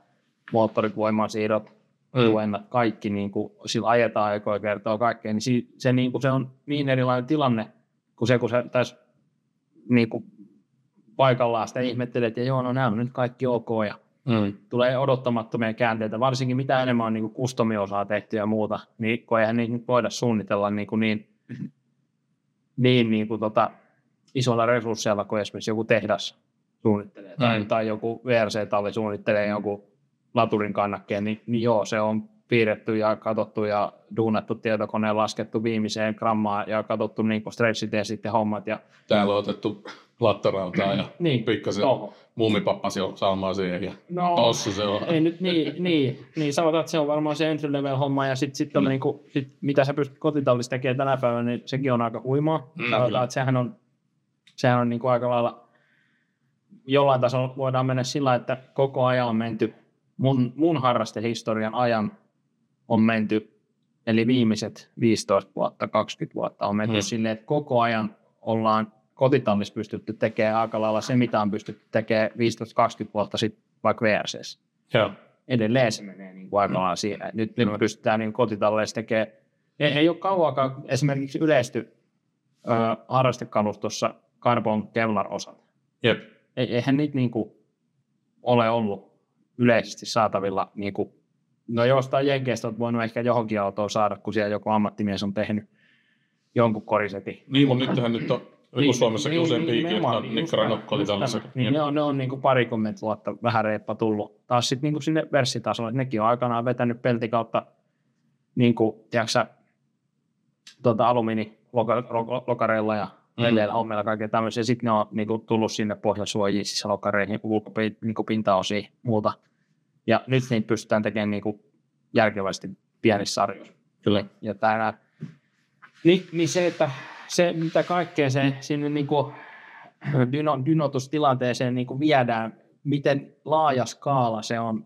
Speaker 2: moottorit, voimansiirrot,
Speaker 1: Mm.
Speaker 2: mm. kaikki, niin kuin, sillä ajetaan ekoja kertaa kaikkea, niin si- se, niin kuin, se on niin erilainen tilanne kuin se, kun sä tässä niin kuin, paikallaan sitä ihmettelet, ja joo, no nämä on nyt kaikki ok, ja
Speaker 1: Mm.
Speaker 2: tulee odottamattomia käänteitä, varsinkin mitä enemmän on niin kustomiosaa tehty ja muuta, niin kun eihän niitä nyt voida suunnitella niin, kuin niin, niin, niin kuin tota, isolla resursseilla kuin esimerkiksi joku tehdas suunnittelee tai,
Speaker 1: Mm.
Speaker 2: tai joku VRC-talli suunnittelee joku laturin kannakkeen, niin, niin joo, se on piirretty ja katsottu ja duunattu tietokoneen, laskettu viimeiseen grammaan ja katsottu niin stressitestit ja hommat. Ja,
Speaker 1: Täällä on otettu lattarautaa ja
Speaker 2: niin,
Speaker 1: pikkasen
Speaker 2: Joo.
Speaker 1: muumipappa se on salmaa siihen ja
Speaker 2: No.
Speaker 1: tossa se on.
Speaker 2: ei nyt niin, niin, niin sanotaan, että se on varmaan se entry level homma ja sitten sit on
Speaker 1: Mm.
Speaker 2: niinku, sit, mitä sä pystyt kotitallissa tekemään tänä päivänä, niin sekin on aika huimaa.
Speaker 1: Mm,
Speaker 2: Mm, sanotaan,
Speaker 1: kyllä.
Speaker 2: että sehän on, sehän on niinku aika lailla jollain tasolla voidaan mennä sillä, että koko ajan on menty, mun, mun harrastehistorian ajan on menty, eli viimeiset 15 vuotta, 20 vuotta on menty
Speaker 1: Mm.
Speaker 2: mm. silleen, että koko ajan ollaan kotitallissa pystytty tekemään aika lailla se, mitä on pystytty tekemään 15-20 vuotta sitten vaikka VRCssä
Speaker 1: Joo.
Speaker 2: edelleen se menee niin kuin aikanaan siihen. Et Nyt, nyt pystytään niin kotitalleissa tekemään. Ei, ei ole kauankaan esimerkiksi yleisty ö, harrastekalustossa carbon kevlar osat.
Speaker 1: Jep.
Speaker 2: Ei, eihän niitä niin kuin ole ollut yleisesti saatavilla. Niin kuin, no jostain jenkeistä on voinut ehkä johonkin autoon saada, kun siellä joku ammattimies on tehnyt jonkun korisetin.
Speaker 1: Niin, mutta nythän nyt on niin, Suomessa niin, useampi niin, jotka
Speaker 2: nimenomaan,
Speaker 1: on
Speaker 2: niin, just
Speaker 1: nikkaranut
Speaker 2: tämä,
Speaker 1: kotitalossa.
Speaker 2: just tämä. Niin, ne on, ne on niin kuin parikymmentä vuotta vähän reippa tullut. Taas sitten niin sinne versitasolle, että nekin on aikanaan vetänyt pelti kautta niin kuin, tiedätkö, sä, tuota, alumiinilokareilla ja
Speaker 1: Mm.
Speaker 2: veleillä mm. hommilla kaikkea tämmöisiä. Sitten ne on niin kuin, tullut sinne pohjasuojiin, sisälokareihin, ulkopin, niin pintaosiin muuta. Ja nyt niitä pystytään tekemään niin kuin, järkevästi pienissä sarjoissa
Speaker 1: Kyllä.
Speaker 2: ja täällä, niin, niin se, että se, mitä kaikkea se sinne niin kuin dyno, dynotustilanteeseen niin kuin viedään, miten laaja skaala se on,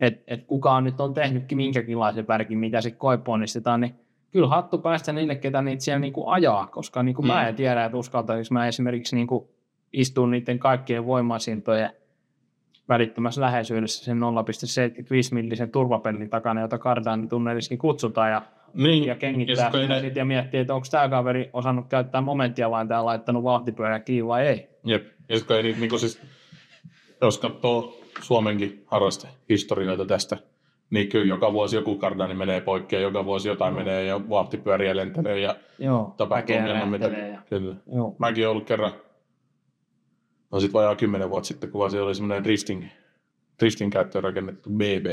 Speaker 2: että et kukaan nyt on tehnytkin minkäkinlaisen värkin, mitä se koeponnistetaan, niin kyllä hattu päästä niille, ketä niitä siellä niin kuin ajaa, koska niin kuin
Speaker 1: Mm.
Speaker 2: mä en tiedä, että uskaltaisinko mä esimerkiksi niin kuin istun niiden kaikkien voimasintojen välittömässä läheisyydessä sen 0,75 millisen turvapellin takana, jota Kardan tunnelissakin kutsutaan ja,
Speaker 1: Niin,
Speaker 2: ja
Speaker 1: ja
Speaker 2: kengittää
Speaker 1: sit kun ei
Speaker 2: ja,
Speaker 1: ne,
Speaker 2: sit ja miettii, että onko tämä kaveri osannut käyttää momenttia vaan tämä laittanut vauhtipyörää kiinni vai ei.
Speaker 1: jep, ja sit kun ei niitä, niin siis, jos katsoo Suomenkin harrastehistorioita tästä, niin kyllä joka vuosi joku kardani menee poikki ja joka vuosi jotain
Speaker 2: Mm.
Speaker 1: menee ja vahtipyöriä lentelee ja
Speaker 2: Joo,
Speaker 1: tapahtuu
Speaker 2: väkeä
Speaker 1: milloin mitä.
Speaker 2: lähtelee ja-
Speaker 1: Kyllä.
Speaker 2: Joo.
Speaker 1: Mäkin oon ollut kerran, no sit vajaa kymmenen vuotta sitten, kun vaan siellä oli semmoinen drifting, drifting käyttöön rakennettu BB,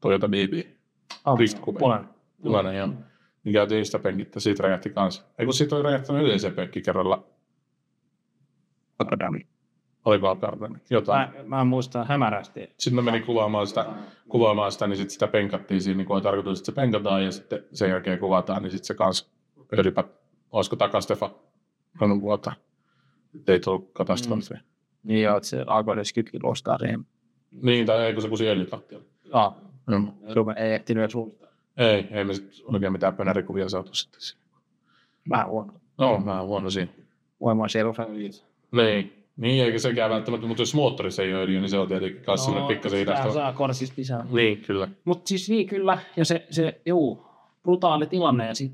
Speaker 1: Toyota BB.
Speaker 2: Ah,
Speaker 1: Ristkuvia.
Speaker 2: puolen.
Speaker 1: Punainen, joo. Niin käytiin sitä penkittä, siitä räjähti kanssa. Ei kun siitä oli räjähtänyt yleisen penkki kerralla. Oliko Alkartani? Jotain.
Speaker 2: Mä, mä muistan hämärästi.
Speaker 1: Sitten mä menin kuvaamaan sitä, kuvaamaan sitä niin sitten sitä penkattiin siinä, niin kun oli tarkoitus, että se penkataan ja sitten sen jälkeen kuvataan, niin sitten se kans öljypä, olisiko takastefa rannut vuotta. Ei tullut katastrofia. Mm.
Speaker 2: Niin joo, että se alkoi edes kytkin ostaa siihen.
Speaker 1: Niin, tai ei kun se kusi öljytattia.
Speaker 2: Ah,
Speaker 1: Mm.
Speaker 2: Suomen ei ehtinyt edes luistaa.
Speaker 1: Ei, ei me sit oikein mitään pönärikuvia saatu sitten. siinä.
Speaker 2: Vähän huono.
Speaker 1: No, vähän huono siinä.
Speaker 2: Voimaa siellä
Speaker 1: Niin. Niin, eikä sekään välttämättä, mutta jos moottorissa ei ole öljyä, niin se on tietenkin myös semmoinen pikkasen
Speaker 2: Vähän
Speaker 1: hidastava.
Speaker 2: No, saa korsista lisää.
Speaker 1: Niin, kyllä.
Speaker 2: Mutta siis niin kyllä, ja se, se juu, brutaali tilanne, ja sit,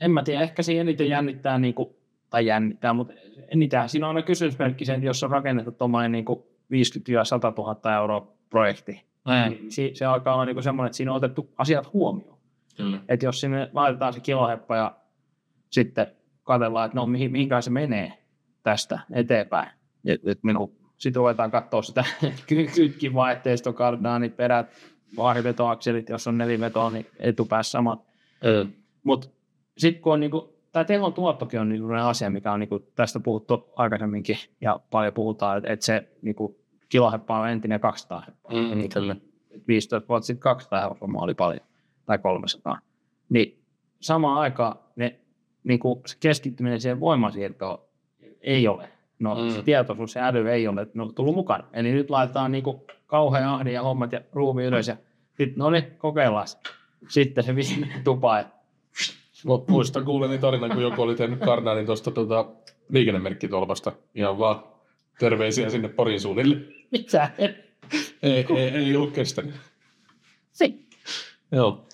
Speaker 2: en mä tiedä, ehkä siinä eniten jännittää, niinku, tai jännittää, mutta eniten siinä on aina kysymysmerkki se, että jos on rakennettu tuommoinen niinku 50-100 000 euroa projekti, niin se, se alkaa olla niinku semmoinen, että siinä on otettu asiat huomioon.
Speaker 1: Kyllä.
Speaker 2: Että jos sinne laitetaan se kiloheppa ja sitten katsellaan, että no mihin, mihinkään se menee tästä eteenpäin. Et, et minun, sitten ruvetaan katsoa sitä [LAUGHS] ky- kytkin vaihteisto, kardaanit, perät, vaarivetoakselit, jos on nelivetoa, niin etupäässä samat. Mutta sitten kun on niinku, tämä tehon tuottokin on niinku asia, mikä on niinku, tästä puhuttu aikaisemminkin ja paljon puhutaan, että et se niinku, kiloheppa on entinen 200
Speaker 1: Mm, kyllä.
Speaker 2: 15 vuotta sitten 200 euroa oli paljon, tai 300. Niin samaan aikaan ne, niin kuin se keskittyminen siihen voimansiirtoon ei ole. No
Speaker 1: Mm.
Speaker 2: mm. se tietoisuus ja äly ei ole, että ne on tullut mukana. Eli nyt laitetaan niin kuin kauhean ahdin ja hommat ja ruumi ylös ja sitten no niin, kokeillaan se. Sitten se [LAUGHS] viimeinen tupa. Ja,
Speaker 1: Mu- Muistan kuuleni niin tarinan, kun joku oli tehnyt karnaanin tuosta tota, liikennemerkkitolpasta. Ihan vaan terveisiä sinne Porin suunnille.
Speaker 2: mitä? Et-
Speaker 1: Ei, ei, ei ollut kestänyt.
Speaker 2: Se,
Speaker 1: Joo.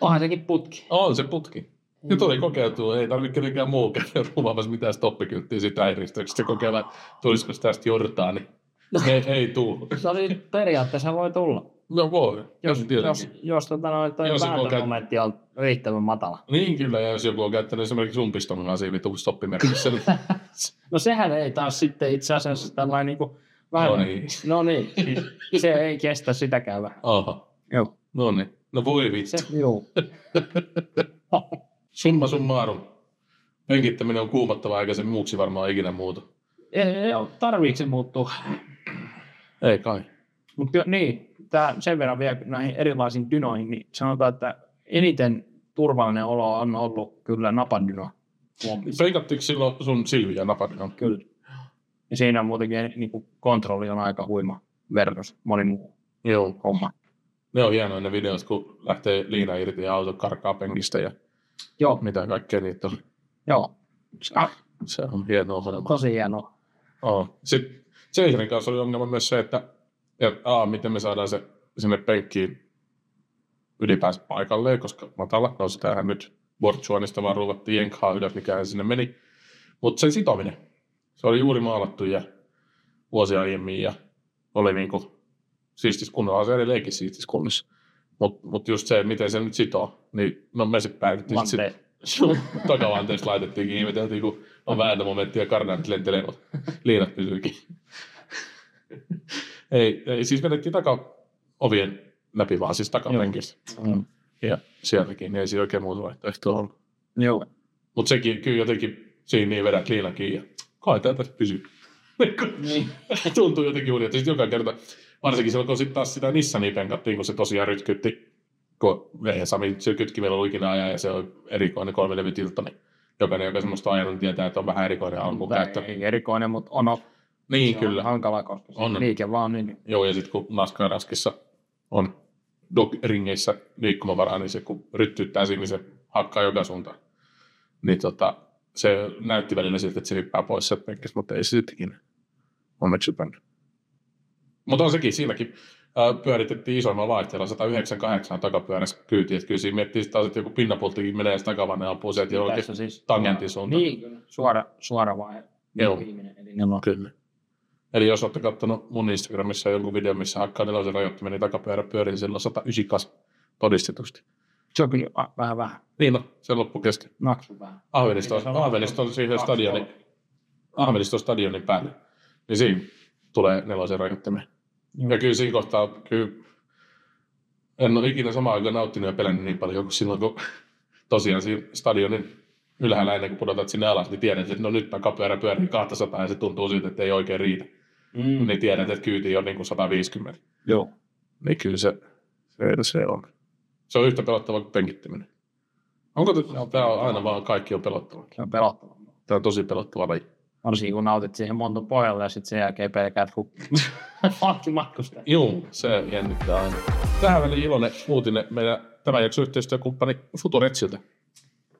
Speaker 2: onhan sekin putki.
Speaker 1: On se putki. Nyt oli kokeiltu, ei tarvitse kenenkään muu käydä ruuvaamassa mitään stoppikylttiä siitä äiristyksestä ja kokeilla, että tulisiko tästä jortaani. Ei, ei tuu.
Speaker 2: Se oli periaatteessa voi tulla.
Speaker 1: No voi, jos,
Speaker 2: Jos,
Speaker 1: tietenkin.
Speaker 2: jos, jos tota noin, toi
Speaker 1: Jos joku on käyt-
Speaker 2: päätömomentti on riittävän matala.
Speaker 1: Niin kyllä, ja jos joku on käyttänyt esimerkiksi umpiston asiaa, niin tuu [LAUGHS] stoppimerkissä.
Speaker 2: No sehän ei taas sitten itse asiassa tällainen niin kuin,
Speaker 1: no niin.
Speaker 2: no niin, siis se ei kestä sitäkään vähän.
Speaker 1: Aha.
Speaker 2: Joo.
Speaker 1: No niin. No voi vitsi.
Speaker 2: Se, joo.
Speaker 1: [LAUGHS] Summa summarum. Penkittäminen on kuumattava eikä se muuksi varmaan ikinä muuta.
Speaker 2: [LAUGHS] ei, ei, oo- tarviiko se muuttua?
Speaker 1: Ei kai.
Speaker 2: Mutta niin, tää sen verran vielä näihin erilaisiin dynoihin, niin sanotaan, että eniten turvallinen olo on ollut kyllä napadyno.
Speaker 1: Peikattiinko silloin sun silviä napadina?
Speaker 2: Kyllä. Ja siinä on muutenkin niin kuin, kontrolli on aika huima verkos moni muu
Speaker 1: Joo.
Speaker 2: homma.
Speaker 1: Ne on hienoja ne videot, kun lähtee liina irti ja auto karkaa penkistä ja
Speaker 2: Joo,
Speaker 1: mitä kaikkea niitä on.
Speaker 2: joo. Ah,
Speaker 1: Se on hienoa hommaa.
Speaker 2: tosi hienoa.
Speaker 1: Oh. Sitten Seisarin kanssa oli ongelma myös se, että, että aa, miten me saadaan se sinne penkkiin ylipäänsä paikalleen, koska matala, no sitähän nyt Bortsuanista vaan ruuvattiin jenkhaa ylös, mikä sinne meni. Mutta sen sitominen, se oli juuri maalattu ja vuosia aiemmin ja oli niinku siistis kunnolla, se edelleenkin siistis kunnossa. Mutta mut just se, miten se nyt sitoo, niin no me se päätettiin sit-
Speaker 2: Lanteen.
Speaker 1: takavanteeksi laitettiin kiinni, ihmeteltiin, kun on vääntömomentti ja karnaatit lentelee, mutta liinat pysyykin. ei, ei, siis vedettiin takaovien läpi vaan, siis takapenkistä.
Speaker 2: Mm.
Speaker 1: Ja sieltäkin, niin ei siinä oikein muuta vaihtoehtoa ollut.
Speaker 2: Joo.
Speaker 1: Mutta sekin kyllä jotenkin siinä niin vedät liinan kiinni ja kai tää tässä pysyy.
Speaker 2: Niin.
Speaker 1: [LAUGHS] Tuntuu jotenkin hurjalta. Sitten joka kerta, varsinkin silloin kun sitten taas sitä Nissania penkattiin, kun se tosiaan rytkytti, kun eihän Sami se kytkimellä ollut ikinä ajaa ja se on erikoinen kolme tiltta, niin jokainen, joka semmoista on ajanut, tietää, että on vähän erikoinen alkukäyttö.
Speaker 2: Ei niin erikoinen, mutta on op-
Speaker 1: Niin,
Speaker 2: se
Speaker 1: kyllä.
Speaker 2: On hankala, koska se
Speaker 1: On.
Speaker 2: liike vaan niin.
Speaker 1: Joo, ja sitten kun NASCAR-raskissa on dog-ringeissä liikkumavaraa, niin se kun ryttyyttää siinä, niin se hakkaa joka suuntaan. Niin tota, se näytti välillä siltä, että se hyppää pois sieltä penkistä, mutta ei se sittenkin onneksi hypännyt. Mutta on sekin, siinäkin ää, pyöritettiin isoimmalla vaihteella 198 takapyörässä kyytiin. Että kyllä siinä miettii sitä, että joku pinnapulttikin menee sitä takavanne ampuu sieltä johonkin.
Speaker 2: Tässä siis
Speaker 1: tangentin suuntaan.
Speaker 2: Niin, kyllä. Suora, suora vaihe.
Speaker 1: Joo.
Speaker 2: Viimeinen, eli ne on.
Speaker 1: Kyllä. Eli jos olette katsonut mun Instagramissa jonkun video, missä hakkaa nelosen rajoittimeen, niin takapyörä pyörii silloin 198 todistetusti.
Speaker 2: Se on kyllä a- vähän vähän.
Speaker 1: Niin no, se loppu kesken.
Speaker 2: Naksu vähän.
Speaker 1: Ahvenista on,
Speaker 2: Mitä se on?
Speaker 1: Ahvenista on siihen
Speaker 2: Kaksi
Speaker 1: stadionin,
Speaker 2: kolme.
Speaker 1: Ahvenista on stadionin päälle. Niin siinä tulee nelosen rajoittimeen.
Speaker 2: Joo.
Speaker 1: Ja kyllä siinä kohtaa, kyllä en ole ikinä samaan aikaan nauttinut ja pelännyt niin paljon kuin silloin, kun tosiaan siinä stadionin ylhäällä ennen kuin pudotat sinne alas, niin tiedät, että no nyt takapyörä pyörii 200 ja se tuntuu siltä, että ei oikein riitä.
Speaker 2: Mm.
Speaker 1: Niin tiedät, että kyyti on niin kuin 150.
Speaker 2: Joo.
Speaker 1: Niin kyllä se, se, se on. Se on yhtä pelottavaa kuin penkittäminen. Onko te, no, tämä on aina vaan kaikki on pelottavaa.
Speaker 2: Se on pelottava.
Speaker 1: Tämä on tosi pelottava laji.
Speaker 2: Varsinkin kun nautit siihen monta pohjalle ja sitten sen jälkeen pelkäät hukkuu.
Speaker 1: [LAUGHS]
Speaker 2: Fakti matkustaa.
Speaker 1: Juu, se jännittää aina. Tähän väliin iloinen uutinen meidän tämän jakson yhteistyökumppani Futuretsiltä.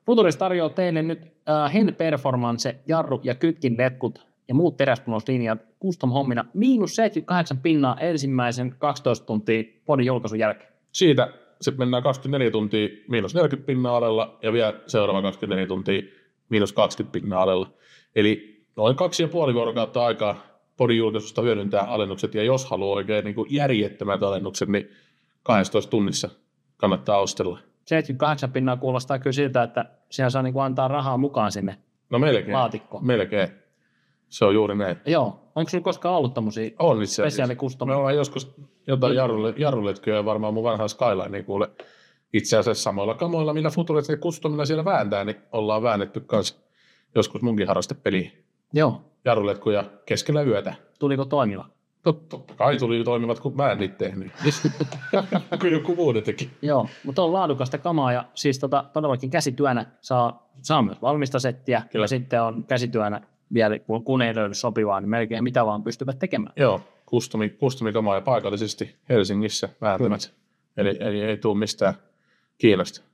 Speaker 2: Futuris tarjoaa teille nyt äh, Hell Performance, jarru ja kytkin letkut ja muut teräspunoslinjat custom hommina miinus 78 pinnaa ensimmäisen 12 tuntia podin julkaisun jälkeen.
Speaker 1: Siitä sitten mennään 24 tuntia miinus 40 pinnaa alella ja vielä seuraava 24 tuntia miinus 20 pinnaa alella. Eli noin kaksi ja puoli vuorokautta aikaa podin julkaisusta hyödyntää alennukset ja jos haluaa oikein niin järjettömät alennukset, niin 12 tunnissa kannattaa ostella.
Speaker 2: 78 pinnaa kuulostaa kyllä siltä, että siellä saa niin antaa rahaa mukaan sinne
Speaker 1: No melkein.
Speaker 2: laatikkoon.
Speaker 1: Melkein. Se on juuri näin.
Speaker 2: Joo, onko sinulla koskaan ollut tämmöisiä
Speaker 1: On itse
Speaker 2: spesiaali
Speaker 1: asiassa.
Speaker 2: custom?
Speaker 1: Me ollaan joskus jotain jarrulle, jarruletkyä ja varmaan mun vanhaa Skyline niin kuule itse asiassa samoilla kamoilla, millä futuristit customilla siellä vääntää, niin ollaan väännetty kanssa joskus munkin harrastepeliin
Speaker 2: Joo,
Speaker 1: jarruletkuja keskellä yötä.
Speaker 2: tuliko toimiva?
Speaker 1: Tot- Totta kai tuli toimivat, kun mä en niitä tehnyt. Kyllä joku muu ne teki.
Speaker 2: Joo, mutta on laadukasta kamaa ja siis tota, todellakin käsityönä saa, saa myös valmista settiä
Speaker 1: Kyllä.
Speaker 2: ja sitten on käsityönä vielä, kun, kun ei löydy sopivaa, niin melkein mitä vaan pystyvät tekemään.
Speaker 1: Joo, kustumi, kustumikamaa ja paikallisesti Helsingissä vääntämät. Eli, eli ei tule mistään Kiinasta,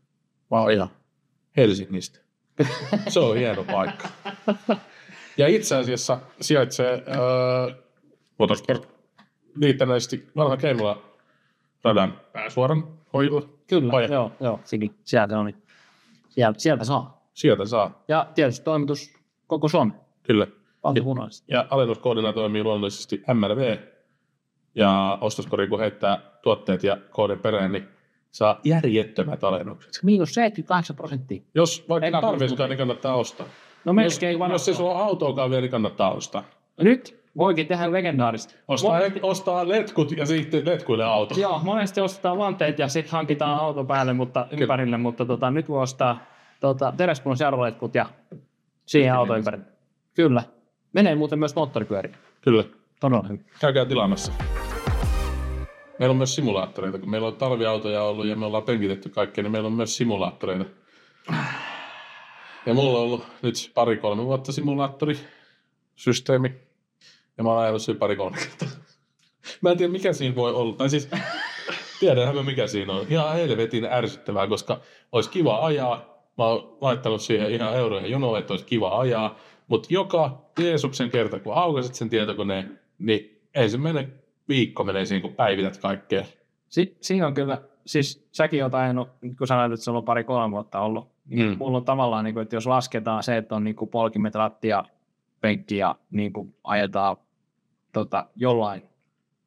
Speaker 1: vaan ihan Helsingistä. [LAUGHS] Se on hieno paikka. Ja itse asiassa sijaitsee äh, Motorsport liittännäisesti vanha Keimula radan pääsuoran hoidolla.
Speaker 2: Kyllä,
Speaker 1: Vai-
Speaker 2: joo, joo, sekin, sieltä on. niin- Sieltä, sieltä saa.
Speaker 1: Sieltä saa,
Speaker 2: Ja tietysti toimitus koko Suomen,
Speaker 1: kyllä.
Speaker 2: valtakunnallisesti.
Speaker 1: Ja alennuskoodina toimii luonnollisesti MRV. Ja ostoskori, kun heittää tuotteet ja koodin perään, niin saa järjettömät alennukset.
Speaker 2: Miinus 78 prosenttia.
Speaker 1: Jos
Speaker 2: En
Speaker 1: vaikka
Speaker 2: tarvitse.
Speaker 1: tarvitsekaan, niin kannattaa ostaa.
Speaker 2: No
Speaker 1: jos,
Speaker 2: melkein vaan.
Speaker 1: jos ei sulla ole autoakaan vielä, niin kannattaa ostaa.
Speaker 2: Nyt voikin tehdä legendaarista.
Speaker 1: Ostaa, ostaa letkut ja sitten letkuille auto.
Speaker 2: Joo, monesti ostetaan vanteet ja sitten hankitaan auto päälle, mutta ympärille, mutta tota, nyt voi ostaa tota, teräspuun seuraletkut ja siihen auto ympärille. Kyllä. Menee muuten myös moottoripyöriä.
Speaker 1: Kyllä.
Speaker 2: Todella hyvin.
Speaker 1: Käykää tilaamassa. Meillä on myös simulaattoreita. Kun meillä on talviautoja ollut ja me ollaan penkitetty kaikkea, niin meillä on myös simulaattoreita. Ja mulla on ollut nyt pari-kolme vuotta simulaattorisysteemi. Ja mä oon ajanut sen pari-kolme kertaa. Mä en tiedä, mikä siinä voi olla. Tai siis, tiedänhän mä mikä siinä on. Ihan helvetin ärsyttävää, koska olisi kiva ajaa. Mä oon laittanut siihen ihan euroja jonoon, että olisi kiva ajaa. Mutta joka Jeesuksen kerta, kun aukaset sen tietokoneen, niin ensimmäinen viikko menee siinä, kun päivität kaikkea.
Speaker 2: Si- siinä on kyllä, siis säkin oot ajanut, nyt kun sanoit, että sulla on pari kolme vuotta ollut.
Speaker 1: Mm.
Speaker 2: Mulla on tavallaan, niin kuin, että jos lasketaan se, että on niin kuin polkimet, ratti ja penkki ja niin kuin ajetaan tota, jollain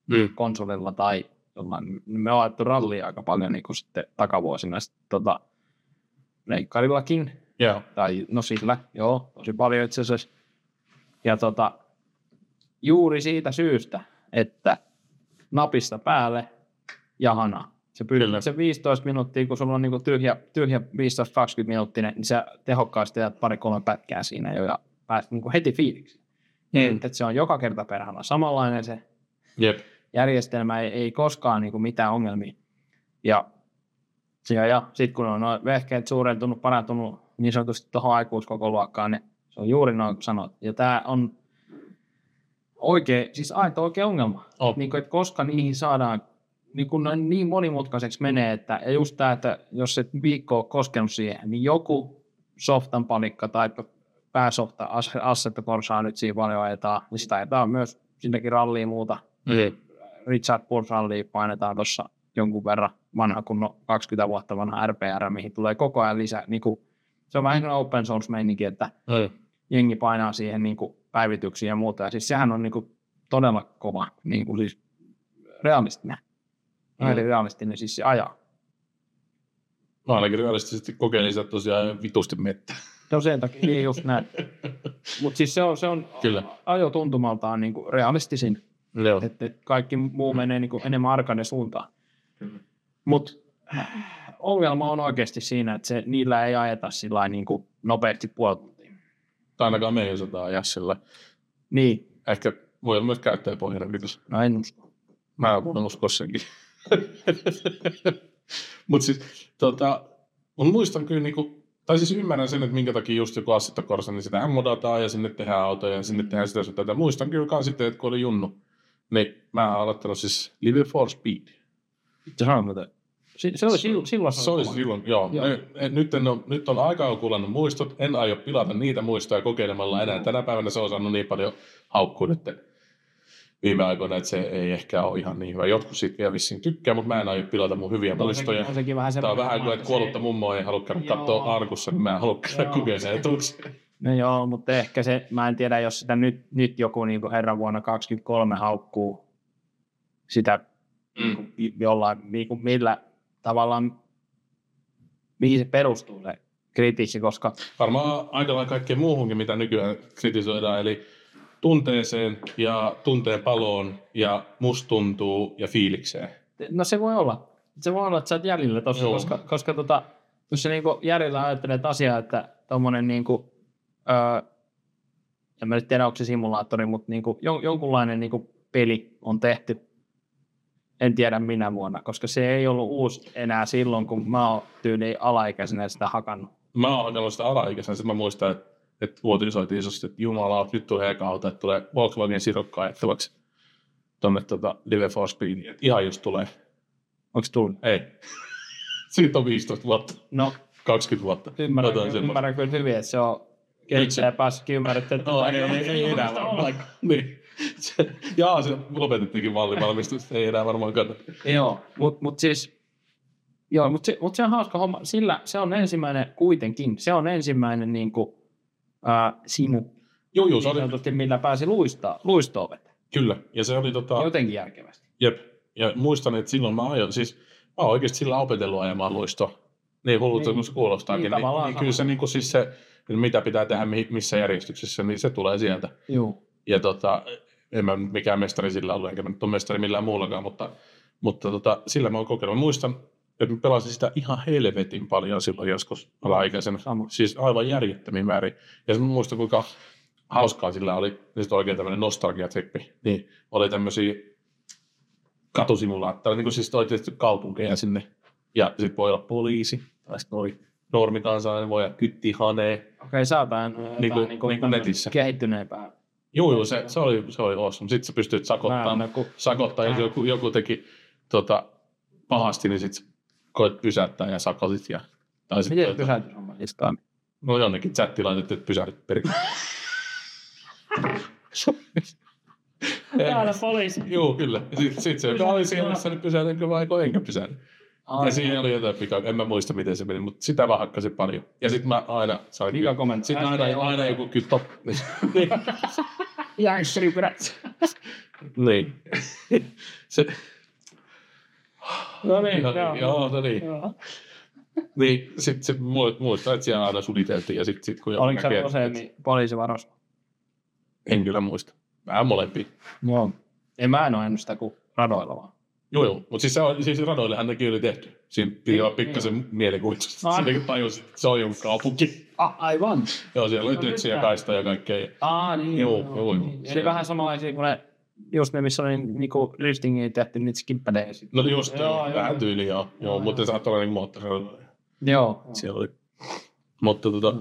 Speaker 1: Mm.
Speaker 2: konsolilla tai jollain, Niin me on ajettu rallia aika paljon niin kuin sitten takavuosina sitten, tota, leikkarillakin,
Speaker 1: Joo.
Speaker 2: tai no sillä, joo, tosi paljon itse asiassa. Ja tota, juuri siitä syystä, että napista päälle ja hana. Se,
Speaker 1: Kyllä.
Speaker 2: pyydät, se 15 minuuttia, kun sulla on niinku tyhjä, tyhjä 15-20 minuuttinen, niin sä tehokkaasti teet pari-kolme pätkää siinä jo ja pääset niinku heti fiiliksi. Mm. Että se on joka kerta perhana samanlainen se
Speaker 1: Jep.
Speaker 2: järjestelmä ei, ei koskaan niin kuin mitään ongelmia. Ja, ja, ja sitten kun on nuo vehkeet suurentunut, parantunut niin sanotusti tuohon aikuiskokoluokkaan, niin se on juuri noin kuin sanot. Ja tämä on oikea, siis aito oikea ongelma.
Speaker 1: On.
Speaker 2: Niin kuin, että koska niihin saadaan, niin kun ne niin monimutkaiseksi menee, että ja just tämä, että jos et viikko ole koskenut siihen, niin joku softan palikka tai pääsofta, as- assetto korsaa nyt siinä paljon ajetaan, niin sitä ajetaan myös sinnekin ralliin ja muuta,
Speaker 1: Mm.
Speaker 2: Richard Bursallia painetaan tuossa jonkun verran vanha kunno 20 vuotta vanha RPR, mihin tulee koko ajan lisää. Niin kuin, se on vähän sellainen open source meininki, että
Speaker 1: Mm.
Speaker 2: jengi painaa siihen niin kuin päivityksiä ja muuta. Ja siis sehän on niin kuin todella kova, niin kuin siis realistinen.
Speaker 1: Mm.
Speaker 2: Mm. Eli realistinen siis se ajaa.
Speaker 1: Mä ainakin realistisesti kokeilin sitä tosiaan vitusti mettä.
Speaker 2: No sen takia niin just näin. Mutta siis se on, se on
Speaker 1: Kyllä.
Speaker 2: ajotuntumaltaan niin kuin realistisin
Speaker 1: Joo.
Speaker 2: että kaikki muu menee niin enemmän arkainen suuntaan. Mutta ongelma on oikeasti siinä, että se, niillä ei ajeta sillä niin kuin nopeasti puoli tuntia.
Speaker 1: Tai ainakaan me ei osata ajaa sillä.
Speaker 2: Niin,
Speaker 1: Ehkä voi olla myös käyttäjäpohjainen vitus.
Speaker 2: no en usko.
Speaker 1: Mä voin uskoa senkin. [LAUGHS] Mutta siis, tota, mut muistan kyllä, niinku, tai siis ymmärrän sen, että minkä takia just joku Assetto Corsa, niin sitä modataan ja sinne tehdään autoja ja sinne tehdään sitä sun tätä. Muistan kyllä kans sitten, että kun oli junnu, niin mä oon aloittanut siis Live for Speed.
Speaker 2: Se on muuten. Se, se oli sil, silloin.
Speaker 1: Se oli silloin, joo.
Speaker 2: Joo.
Speaker 1: Ei- ei- Nyt, en ole, nyt on aika on kulannut muistot, en aio pilata niitä muistoja kokeilemalla enää. Tänä päivänä se on saanut niin paljon haukkua nyt viime aikoina, että se ei ehkä ole ihan niin hyvä. Jotkut siitä vielä vissiin tykkää, mutta mä en aio pilata mun hyviä muistoja.
Speaker 2: On sekin vähän
Speaker 1: Tämä on
Speaker 2: semmoinen
Speaker 1: vähän kuin,
Speaker 2: homma,
Speaker 1: että kuollutta mummoa ei halua käydä
Speaker 2: Joo.
Speaker 1: katsoa arkussa, niin mä en halua käydä
Speaker 2: Joo.
Speaker 1: kokea sen etuuksia.
Speaker 2: No joo, mutta ehkä se, mä en tiedä, jos sitä nyt, nyt joku niin herran vuonna 2023 haukkuu sitä niinku
Speaker 1: Mm.
Speaker 2: jollain, niin kuin millä tavallaan mihin se perustuu se kritiikki, koska
Speaker 1: Varmaan aika lailla kaikkeen muuhunkin, mitä nykyään kritisoidaan, eli tunteeseen ja tunteen paloon ja musta tuntuu ja fiilikseen.
Speaker 2: no se voi olla. Se voi olla, että sä oot jäljellä tossa,
Speaker 1: Joo.
Speaker 2: koska, koska tota, jos sä niinku järjellä ajattelet asiaa, että tommonen niinku, öö, en mä nyt tiedä, onko se simulaattori, mutta niinku, jon, jonkunlainen niinku peli on tehty. En tiedä minä vuonna, koska se ei ollut uusi enää silloin, kun mä oon tyyli alaikäisenä sitä hakannut.
Speaker 1: Mä oon ollut sitä alaikäisenä, sitten mä muistan, että, että uutisoitiin isosti, että jumala, nyt tulee eka auto, että tulee Volkswagen Sirokka ajettavaksi tuonne tota, Live for Speediin. Että Ihan just tulee.
Speaker 2: Onko tullut?
Speaker 1: Ei. [LAUGHS] Siitä on 15 vuotta,
Speaker 2: No,
Speaker 1: 20 vuotta.
Speaker 2: ymmärrän,
Speaker 1: Jotain
Speaker 2: kyllä,
Speaker 1: semmoista.
Speaker 2: ymmärrän kyllä hyvin, että se on kehittäjä päässytkin ymmärrettä. että
Speaker 1: No, ei,
Speaker 2: vaikka-
Speaker 1: ei, ei enää varmaan. Niin. [LAUGHS] Se, jaa, se lopetettiinkin mallivalmistus. Ei enää varmaan kannata.
Speaker 2: Joo, mutta mut siis, joo, mut se, mut se on hauska homma, sillä se on ensimmäinen kuitenkin, se on ensimmäinen niin kuin, ää, simu,
Speaker 1: Joo, joo, se
Speaker 2: niin
Speaker 1: oli,
Speaker 2: sanotusti, millä pääsi luistaa, luistoon vetämään.
Speaker 1: kyllä. Ja se oli tota,
Speaker 2: jotenkin järkevästi.
Speaker 1: jep. Ja muistan, että silloin mä ajoin, siis mä oon oikeasti sillä opetellut ajamaan luistoa. Niin hullut
Speaker 2: Niin.
Speaker 1: niin, kuin se kuulostaakin.
Speaker 2: Niin,
Speaker 1: Niin, niin,
Speaker 2: tavallaan
Speaker 1: kyllä se,
Speaker 2: sama.
Speaker 1: niin kuin siis se, että mitä pitää tehdä mi- missä järjestyksessä, niin se tulee sieltä.
Speaker 2: Joo.
Speaker 1: Ja tota, en mä nyt mikään mestari sillä ollut, enkä mä nyt ole mestari millään muullakaan, mutta, mutta tota, sillä mä oon kokenut. Mä muistan, että mä pelasin sitä ihan helvetin paljon silloin joskus alaikäisenä.
Speaker 2: Sama.
Speaker 1: Siis aivan järjettömiä määrin. Ja sitten mä muistan, kuinka hauskaa sillä oli, niin sitten oikein tämmöinen nostalgiatrippi. Niin oli tämmöisiä katusimulaattoreita, niin kuin siis oli tietysti kaupunkeja sinne. Ja sitten voi olla poliisi, tai sitten oli normikansalainen, voi olla kyttihanee,
Speaker 2: Okei, okay, saataan
Speaker 1: Niinku- niinku netissä.
Speaker 2: kehittyneempää.
Speaker 1: Joo, joo, se, se, oli, se oli awesome. Sitten sä pystyt
Speaker 2: Mä
Speaker 1: sakottamaan,
Speaker 2: en ole ku-
Speaker 1: sakottaa jos joku, joku teki tota, pahasti, niin sit koet pysäyttää ja sakotit. Ja, tai sit
Speaker 2: Miten
Speaker 1: koet-
Speaker 2: pysäytyshomma siis toimii?
Speaker 1: No jonnekin chattiin laitettu, että pysähdyt
Speaker 2: [LAUGHS]
Speaker 1: perin.
Speaker 2: poliisi.
Speaker 1: Joo, kyllä. Ja sit, sit se, joka oli silmässä, niin pysähdynkö vai enkä pysähdy. Ja siinä oli jotain pika, en mä muista miten se meni, mutta sitä mä hakkasin paljon. Ja sit mä aina sain...
Speaker 2: Pikakomento.
Speaker 1: Sitten aina,
Speaker 2: STO.
Speaker 1: aina joku kyllä top. [LAUGHS] niin. niin. [LAUGHS] se,
Speaker 2: No niin,
Speaker 1: joo, joo, no niin.
Speaker 2: joo.
Speaker 1: Niin, sitten se mu- muistaa, että siellä aina suliteltiin ja sitten sit, kun joku
Speaker 2: Oliko niin
Speaker 1: näkee,
Speaker 2: se
Speaker 1: että-
Speaker 2: useammin poliisivaros?
Speaker 1: En kyllä muista. Vähän molempia.
Speaker 2: Joo. En mä en ole ennut sitä kuin radoilla vaan.
Speaker 1: Joo, joo. Mutta siis, se on, siis radoille häntäkin oli tehty. Siinä
Speaker 2: Niin,
Speaker 1: piti olla pikkasen mielikuvitusta.
Speaker 2: Ah.
Speaker 1: Ah. Sitten kun tajusin, että se on joku kaupunki.
Speaker 2: Ah, aivan.
Speaker 1: Joo, siellä oli
Speaker 2: No,
Speaker 1: tytsiä
Speaker 2: mitä?
Speaker 1: kaista ja kaikkea.
Speaker 2: Aa, niin.
Speaker 1: Joo, joo, joo.
Speaker 2: Eli vähän samanlaisia kuin ne, just ne, missä oli niinku listingiä tehty, niitä skippadeen.
Speaker 1: No just,
Speaker 2: Joo,
Speaker 1: joo,
Speaker 2: joo.
Speaker 1: vähän tyyliä, joo. joo mutta sä oot olla niin moottorilla.
Speaker 2: Joo.
Speaker 1: Siellä oli. Mutta tota,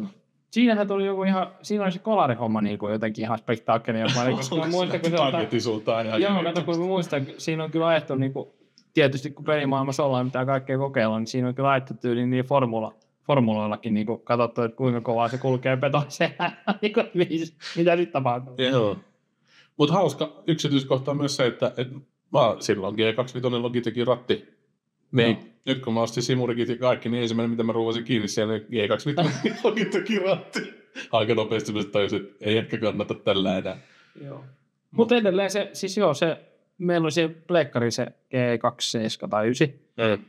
Speaker 2: Siinähän tuli joku ihan, siinä oli se kolarihomma niinku jotenkin ihan spektaakkeli. Joka oli, koska mä muistan, kun se on...
Speaker 1: targetisuuntaan ihan
Speaker 2: Joo,
Speaker 1: järjettömästi.
Speaker 2: kato, kun mä muistan, kun siinä on kyllä ajettu niinku, tietysti kun pelimaailmassa ollaan mitä kaikkea kokeilla, niin siinä on kyllä ajettu tyyliin niin formula, formuloillakin niinku katsottu, että kuinka kovaa se kulkee [LAUGHS] petoiseen. niinku, että mihin- mitä nyt tapahtuu.
Speaker 1: Joo. Mutta hauska yksityiskohta on myös se, että et mä oon silloin G25 Logitechin ratti. Niin. Nyt kun mä ostin simurikit ja kaikki, niin ensimmäinen mitä mä ruuvasin kiinni siellä oli G25 Logitechin ratti. Aika nopeasti mä sit tajusin, että ei ehkä kannata tällä enää.
Speaker 2: Mutta edelleen se, siis joo, se, meillä oli se plekkari se G27 tai 9.
Speaker 1: Mm.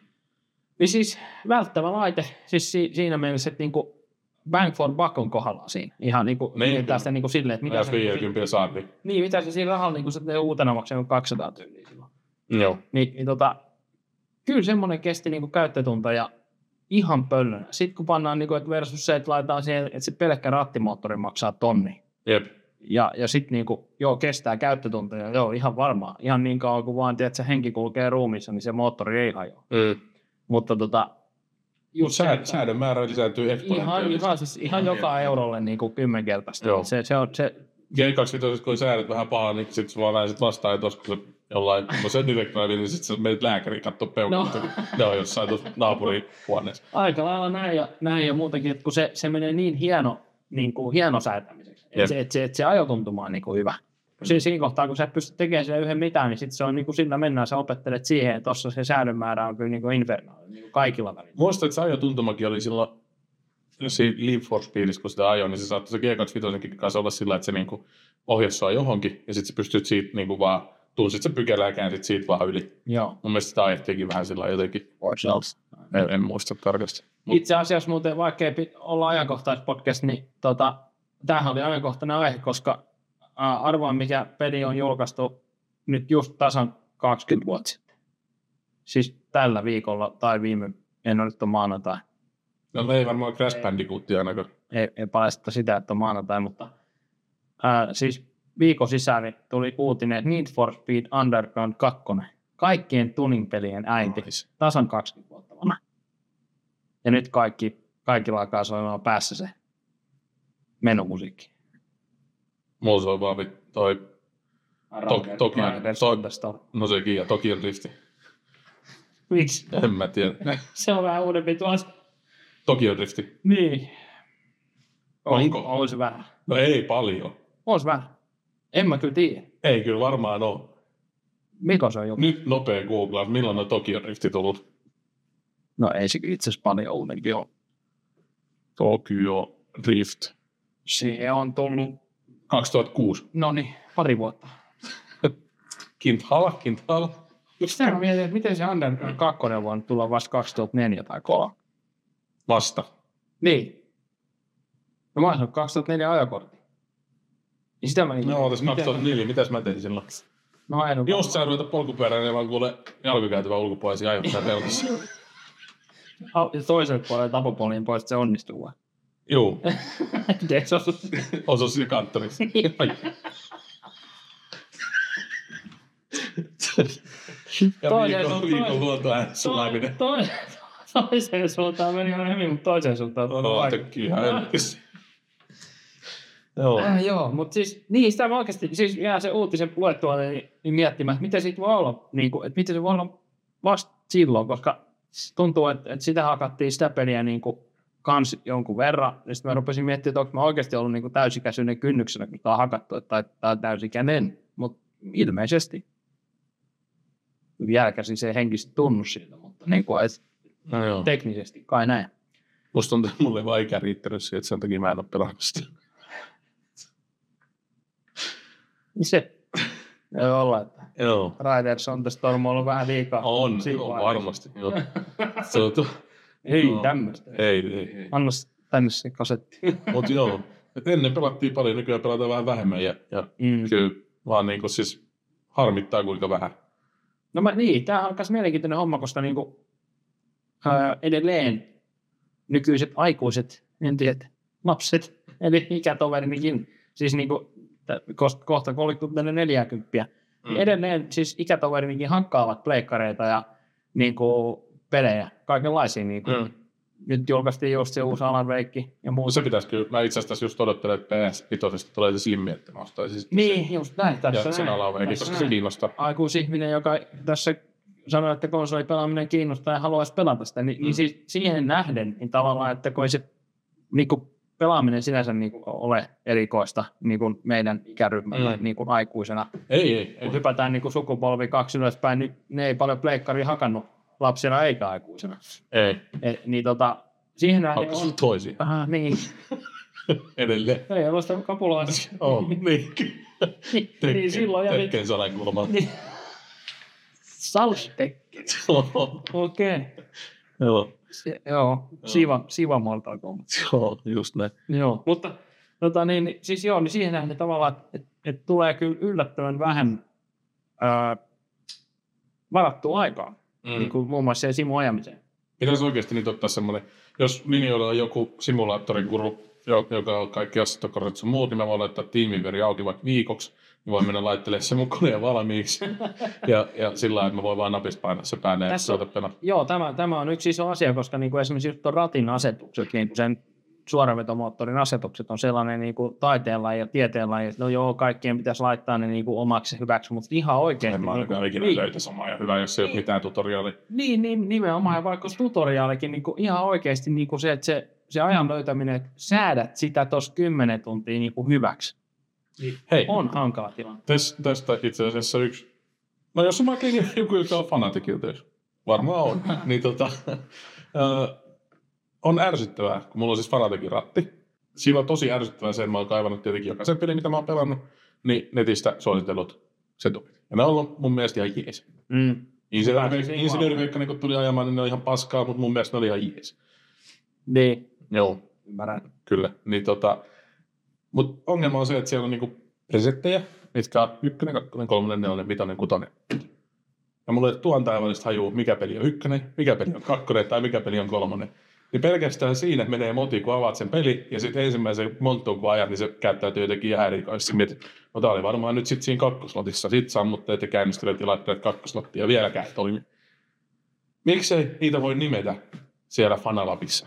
Speaker 2: Niin siis välttävä laite, siis si, siinä mielessä, että niinku bang for buck on kohdallaan siinä. Ihan niinku,
Speaker 1: Niin,
Speaker 2: niin,
Speaker 1: kyllä.
Speaker 2: tästä niinku silleen, että
Speaker 1: Mitä
Speaker 2: mitä
Speaker 1: ja
Speaker 2: se,
Speaker 1: 50 saat, niin.
Speaker 2: niin, mitä se siinä rahalla niinku se tekee uutena maksaa 200 tyyliä silloin.
Speaker 1: Joo.
Speaker 2: Niin, niin tota, kyllä semmoinen kesti niinku käyttötunta ja ihan pöllönä. Sitten kun pannaan niinku, että versus se, että laitetaan siihen, että se pelkkä rattimoottori maksaa tonni.
Speaker 1: Jep.
Speaker 2: Ja, ja sitten niinku, joo, kestää käyttötunteja, joo, ihan varmaan. Ihan niin kauan kuin vaan, tiedät, se henki kulkee ruumiissa, niin se moottori ei hajoa.
Speaker 1: Mm.
Speaker 2: Mutta tota,
Speaker 1: Just
Speaker 2: se,
Speaker 1: sää,
Speaker 2: että-
Speaker 1: säädön määrä lisääntyy
Speaker 2: ihan,
Speaker 1: eksponentiaalisesti.
Speaker 2: ihan, siis ihan
Speaker 1: Ihan
Speaker 2: joka eurolle niinku kymmenkertaista.
Speaker 1: Joo.
Speaker 2: Se, se on se,
Speaker 1: G25, kun säädöt vähän pahaa, niin sit sä vaan näisit vastaan, että olisiko se jollain, kun mä sen direktoivin, niin sit sä menet lääkäriin katsoa peukkuun.
Speaker 2: No.
Speaker 1: Ne on jossain tuossa naapurihuoneessa.
Speaker 2: aika lailla näin ja, näin ja muutenkin, että kun se, se menee niin hieno, niin kuin hieno säätämiseksi, että
Speaker 1: Jep.
Speaker 2: se, et se, et se ajotuntuma on niin kuin hyvä. Se, siinä kohtaa, kun sä et pysty tekemään sille yhden mitään, niin sit se on niin kuin sillä mennään, sä opettelet siihen, että tuossa se säädön määrä on kyllä niin kuin infernaali, niin kuin kaikilla välillä.
Speaker 1: Muistan, että se ajotuntumakin oli silloin siinä Leap for Speedissä, kun sitä ajoi, niin se saattoi se G25 kanssa olla sillä, että se niinku ohjas sua johonkin, ja sitten sä pystyt siitä niinku vaan, tunsit se pykälää ja käänsit siitä vaan yli.
Speaker 2: Joo.
Speaker 1: Mun mielestä sitä ajettiinkin vähän sillä lailla jotenkin,
Speaker 2: Ourselves.
Speaker 1: en, en muista tarkasti. Mut-
Speaker 2: Itse asiassa muuten vaikea pi- olla ajankohtaispodcast, niin tota, tämähän oli ajankohtainen aihe, koska ää, arvaan mikä peli on julkaistu nyt just tasan 20 vuotta sitten. Siis tällä viikolla tai viime, en ole nyt on maanantai.
Speaker 1: No ei varmaan Crash Bandicootia ainakaan.
Speaker 2: Ei, ei paljasteta sitä, että on maanantai, mutta ää, siis viikon sisään niin tuli uutinen, että Need for Speed Underground 2, kaikkien tuning-pelien äiti
Speaker 1: Nice.
Speaker 2: tasan 20 vuotta vanha. Ja nyt kaikki, kaikilla alkaa soimaan päässä se menumusiikki.
Speaker 1: Mulla se on vaan vi- toi, Toki- toki- toki-
Speaker 2: toki.
Speaker 1: no sekin ja toki Rifti.
Speaker 2: Miksi?
Speaker 1: En mä tiedä.
Speaker 2: Se on vähän uudempi tuossa.
Speaker 1: Tokio Drifti.
Speaker 2: Niin.
Speaker 1: Onko?
Speaker 2: On, on se vähän.
Speaker 1: No ei paljon.
Speaker 2: On se vähän. En mä kyllä tiedä.
Speaker 1: Ei kyllä varmaan ole.
Speaker 2: Mikä se on joku?
Speaker 1: Nyt nopea googlaus, milloin on Tokio Drifti tullut?
Speaker 2: No ei se itse asiassa paljon uudenkin ole.
Speaker 1: Tokio Drift.
Speaker 2: Se on tullut,
Speaker 1: 2006.
Speaker 2: no niin, pari vuotta.
Speaker 1: Kintala, Kintala.
Speaker 2: Sitä mä mietin, että miten se Underground 2 voi tulla vasta 2004 tai 2003. No,
Speaker 1: Vasta.
Speaker 2: Niin. No mä oon saanut 2004 ajokortti. Niin sitä mä niin...
Speaker 1: No, tässä
Speaker 2: miten-
Speaker 1: 2004. Mitäs mä tein silloin?
Speaker 2: No en ole.
Speaker 1: Just sä ruveta polkupyöräilemään, vaan kuule jalkakäytävän ulkopuolisia aivottaja
Speaker 2: [LAUGHS]
Speaker 1: pelkässä.
Speaker 2: Au- ja Toiselle puolelle tapopoliin pois, että se onnistuu vaan. [LAUGHS]
Speaker 1: Juu,
Speaker 2: Eikö se osu?
Speaker 1: osa siinä kanttorissa.
Speaker 2: [LAUGHS]
Speaker 1: Ai. ja
Speaker 2: Toinen
Speaker 1: viikon,
Speaker 2: sun-
Speaker 1: viikon
Speaker 2: toinen-
Speaker 1: luontoäänet sulaaminen.
Speaker 2: Toiseen, toiseen suuntaan meni ihan hyvin, mutta toiseen suuntaan tuli
Speaker 1: No,
Speaker 2: vaikea.
Speaker 1: kyllä. Joo.
Speaker 2: Äh, [LAUGHS] joo, mutta siis niin, sitä mä oikeasti, siis jää se uutisen luettua niin, niin miettimään, että miten siitä voi olla, niin kuin, että miten se voi olla vasta silloin, koska tuntuu, että, että sitä hakattiin sitä peliä niin kuin kans jonkun verran, ja sitten mä rupesin miettimään, että onko mä oikeasti ollut niin kuin täysikäisyyden kynnyksenä, kun tää on hakattu, että tämä on täysikäinen, mutta ilmeisesti. Jälkäsin se ei henkisesti tunnu siitä, mutta niin kuin, et,
Speaker 1: No joo.
Speaker 2: teknisesti kai näin.
Speaker 1: Musta tuntuu, että mulle ei vaan ikä riittänyt siihen, että sen takia mä en ole pelannut sitä.
Speaker 2: Niin se ei olla, että
Speaker 1: Joo.
Speaker 2: Riders on the Storm on ollut vähän liikaa.
Speaker 1: On,
Speaker 2: siinä
Speaker 1: on
Speaker 2: vaiheessa.
Speaker 1: varmasti.
Speaker 2: [LAUGHS]
Speaker 1: Joo. Se on tu-
Speaker 2: Ei
Speaker 1: Joo.
Speaker 2: tämmöistä.
Speaker 1: ei, ei, ei.
Speaker 2: Anna s- tänne se kasetti. [LAUGHS]
Speaker 1: Mut joo. Et ennen pelattiin paljon, nykyään pelataan vähän vähemmän. Ja, ja
Speaker 2: Mm.
Speaker 1: kyllä vaan niinku siis harmittaa kuinka vähän.
Speaker 2: No mä, niin, tämä on myös mielenkiintoinen homma, koska niinku, ää, edelleen nykyiset aikuiset, entiset lapset, eli ikätoverinikin, siis niinku, t- kos- kohta 30-40,
Speaker 1: Mm.
Speaker 2: mm. edelleen siis ikätoverinikin hankkaavat pleikkareita ja niinku, pelejä, kaikenlaisia. Niinku. Mm. Nyt julkaistiin just se uusi Alan Wake ja
Speaker 1: Mut
Speaker 2: muuta.
Speaker 1: se pitäisi kyllä, mä itse asiassa tässä just odottelen, että PS5 tulee se slimmi, että mä ostaisin sitä.
Speaker 2: Niin, just näin. Tässä
Speaker 1: ja sen
Speaker 2: näin.
Speaker 1: alauveikin,
Speaker 2: Tässä
Speaker 1: koska se
Speaker 2: näin.
Speaker 1: kiinnostaa.
Speaker 2: aikuisihminen, joka tässä sanoi, että konsolipelaaminen kiinnostaa ja haluaisi pelata sitä, niin, mm. niin siis siihen nähden, niin tavallaan, että kun ei se niin kuin pelaaminen sinänsä niin kuin ole erikoista niin kuin meidän ikäryhmällä
Speaker 1: Mm.
Speaker 2: mm. niin kuin aikuisena.
Speaker 1: Ei, ei, ei.
Speaker 2: Kun hypätään niin kuin sukupolvi kaksi ylöspäin, niin ne ei paljon pleikkaria hakannut lapsena eikä aikuisena.
Speaker 1: ei.
Speaker 2: E, niin tota, siihen nähden
Speaker 1: Alkaa
Speaker 2: on...
Speaker 1: on toisia [LAUGHS]
Speaker 2: Ah, niin.
Speaker 1: edelleen.
Speaker 2: Ei ollut sitä kapuloa. [LAUGHS]
Speaker 1: On, niin.
Speaker 2: Tekken, niin silloin jäi...
Speaker 1: Tekken salakulma.
Speaker 2: Niin. Saltek. Okei. Okay.
Speaker 1: Joo,
Speaker 2: Se, joo, siiva, siiva maltakoon.
Speaker 1: joo, just näin.
Speaker 2: Joo. Mutta tota, niin, niin, siis joo, niin siihen nähden tavallaan, että et tulee kyllä yllättävän vähän ää, varattua aikaa, mm. niin kuin muun muassa siihen simun ajamiseen.
Speaker 1: Pitäisi oikeasti nyt niin ottaa semmoinen, jos linjoilla on joku simulaattorikuru, jo- joka on kaikki assettokortit sun muut, niin mä voin laittaa tiimiveri auki vaikka viikoksi, niin voin mennä laittelemaan se mun koneen
Speaker 2: [LAUGHS]
Speaker 1: valmiiksi. ja, ja sillä lailla, että mä voin vaan napista painaa se pääneen, että
Speaker 2: Tässä on-
Speaker 1: soita pelata.
Speaker 2: Joo, tämä, tämä on yksi iso asia, koska niin kuin esimerkiksi just tuon ratin asetukset, niin sen suoravetomoottorin asetukset on sellainen niin kuin taiteenlaji ja tieteenlaji, että no joo, kaikkien pitäisi laittaa ne niin kuin omaksi hyväksi, mutta ihan oikein.
Speaker 1: En mä ainakaan ikinä
Speaker 2: niin,
Speaker 1: löytä samaa ja hyvä, jos ei ole mitään tutoriaalia.
Speaker 2: Niin, niin nimenomaan, ja vaikka olisi tutoriaalikin niin kuin ihan oikeasti niin kuin se, että se, se ajan löytäminen, että säädät sitä tuossa 10 tuntia niin kuin hyväksi,
Speaker 1: Hei,
Speaker 2: on hankala tilanne.
Speaker 1: Täs, tästä itse asiassa yksi. No jos on vaikka joku, joka on fanatikilta, jos varmaan on, niin tota, ö, on ärsyttävää, kun mulla on siis fanatikin ratti. Sillä on tosi ärsyttävää se, että mä oon kaivannut tietenkin jokaisen pelin, mitä mä oon pelannut, niin netistä suositellut setupit. Ja ne on ollut mun mielestä ihan jees.
Speaker 2: Mm.
Speaker 1: Insinööri-
Speaker 2: Pääsee siihen
Speaker 1: Insinööriveikka niin kun tuli ajamaan, niin ne on ihan paskaa, mutta mun mielestä ne oli ihan jees.
Speaker 2: Niin,
Speaker 1: Joo.
Speaker 2: ymmärrän.
Speaker 1: Kyllä. Niin, tota, Mutta ongelma on se, että siellä on niinku presettejä, mitkä on ykkönen, kakkonen, kolmonen, nelonen, vitonen, kutonen. Ja mulla ei tuon taivallista hajuu, mikä peli on ykkönen, mikä peli on kakkonen tai mikä peli on kolmonen. Niin pelkästään siinä menee moti, kun avaat sen peli, ja sitten ensimmäisen monttuun kun ajat, niin se käyttäytyy jotenkin ihan eri kanssa. Sä mietit, No tää oli varmaan nyt sitten siinä kakkoslotissa. Sitten sammutteet ja käynnistelet ja laitteet kakkoslottia ja vieläkään ei toimi. Miksei niitä voi nimetä siellä fanalapissa?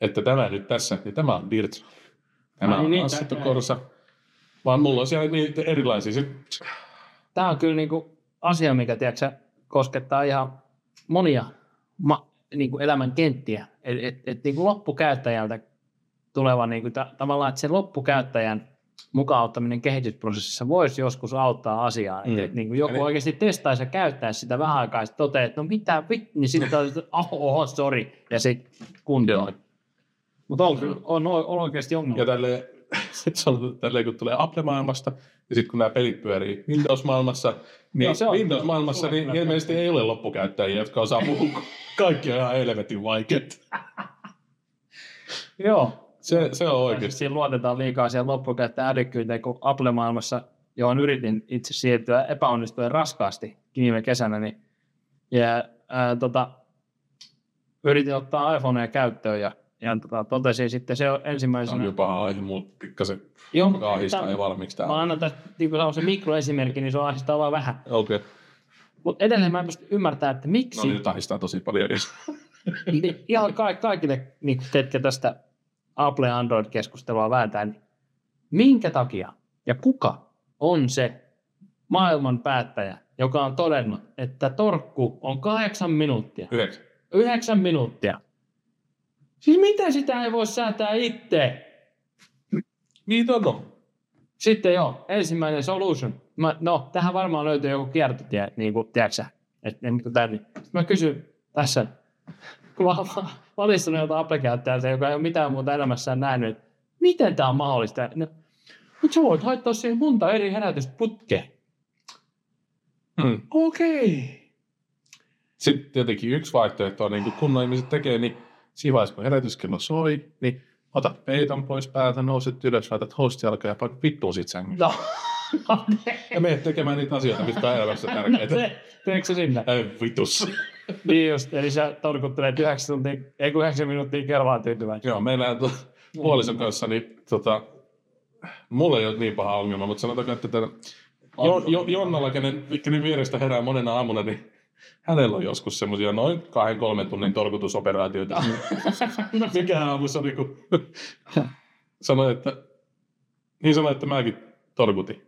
Speaker 1: Että tämä nyt tässä, ja tämä on Dirt. Tämä
Speaker 2: Ai
Speaker 1: on
Speaker 2: niin,
Speaker 1: niin, Assetto
Speaker 2: tää-
Speaker 1: Corsa. Vaan mulla on siellä niitä erilaisia. Sitten
Speaker 2: Tämä on kyllä niinku asia, mikä tiedätkö, koskettaa ihan monia ma, niinku elämän kenttiä. Et, et, et niinku loppukäyttäjältä tuleva niinku ta, tavallaan, että se loppukäyttäjän mukaan ottaminen kehitysprosessissa voisi joskus auttaa asiaa. Mm.
Speaker 1: Mm.
Speaker 2: Et, et, niinku joku
Speaker 1: Eli-
Speaker 2: oikeasti testaisi ja käyttäisi sitä vähän aikaa ja sitten toteaa, että no mitä vittu, niin sitten on, että oho, oho, sori, ja sitten kuntoon. Mutta on, kyllä- on, on, on oikeasti ongelma.
Speaker 1: Ja tälleen, [LAUGHS] se on tälleen, kun tulee Apple-maailmasta, ja sitten kun nämä pelit pyörii Windows-maailmassa, niin
Speaker 2: Joo, se on-
Speaker 1: Windows-maailmassa niin ilmeisesti ei ole loppukäyttäjiä, jotka osaa puhua. [LAUGHS] Kaikki on ihan helvetin vaikeet.
Speaker 2: Joo.
Speaker 1: Se, se on
Speaker 2: Oikeasti.
Speaker 1: oikeasti.
Speaker 2: Siinä luotetaan liikaa siihen loppukäyttäjän älykkyyteen, kun Apple-maailmassa, johon yritin itse siirtyä epäonnistuen raskaasti viime kesänä, niin ja, ää, tota, yritin ottaa iPhonea käyttöön ja, ja tota, totesin sitten se on
Speaker 1: Se on
Speaker 2: ensimmäisenä.
Speaker 1: jopa aihe, mulla pikkasen
Speaker 2: Joo, mutta-
Speaker 1: kaahista ei valmiiksi
Speaker 2: Mä
Speaker 1: täällä.
Speaker 2: annan tästä, niin kun se on se mikroesimerkki, niin se on ahdistaa vaan vähän.
Speaker 1: Okei, okay.
Speaker 2: Mutta edelleen mä en pysty ymmärtämään, että miksi
Speaker 1: no niin, nyt ahdistaa tosi paljon.
Speaker 2: [LAUGHS] Niin, ihan ka- kaikille, niin ketkä tästä Apple- ja Android-keskustelua vääntää, niin minkä takia ja kuka on se maailman päättäjä, joka on todennut, että torkku on kahdeksan minuuttia,
Speaker 1: Yhdeksän.
Speaker 2: yhdeksän minuuttia. Siis miten sitä ei voi säätää itse?
Speaker 1: Niin on.
Speaker 2: Sitten joo, ensimmäinen solution. Mä, no, tähän varmaan löytyy joku kiertotie, niin kuin, tiedätkö että niin kuin tämän, niin. Sitten mä kysyn tässä, kun mä oon [LAUGHS] valistunut jotain Apple-käyttäjältä, joka ei ole mitään muuta elämässään nähnyt, että miten tämä on mahdollista? No, mutta sä voit laittaa siihen monta eri herätystä putkeen.
Speaker 1: Mm.
Speaker 2: Okei.
Speaker 1: Sitten tietenkin yksi vaihtoehto on, niin kuin kunnon ihmiset tekee, niin siinä vaiheessa, kun herätyskello soi, niin otat peiton pois päältä, nouset ylös, laitat hostijalka ja paikka vittuun siitä sängystä.
Speaker 2: No, [LAUGHS] no, ne,
Speaker 1: Ja menet tekemään niitä asioita, mitkä on elämässä
Speaker 2: no
Speaker 1: tärkeitä.
Speaker 2: [LAUGHS] se, teekö se sinne?
Speaker 1: Ei vitus.
Speaker 2: Niin just, eli sä torkuttelet 9, tuntia, ei kun 9 minuuttia kerrallaan tyytyväinen.
Speaker 1: Joo, meillä on tu- puolison kanssa, niin tota, mulla ei ole niin paha ongelma, mutta sanotaanko, että tämän, jo, jo, Jonnalla, kenen, kenen vierestä herää monena aamuna, niin hänellä on joskus semmoisia noin kahden, kolmen tunnin [LAUGHS] torkutusoperaatioita. No Mikä aamussa niin kuin, [LAUGHS] sanoi, että, niin sanoi, että mäkin torkutin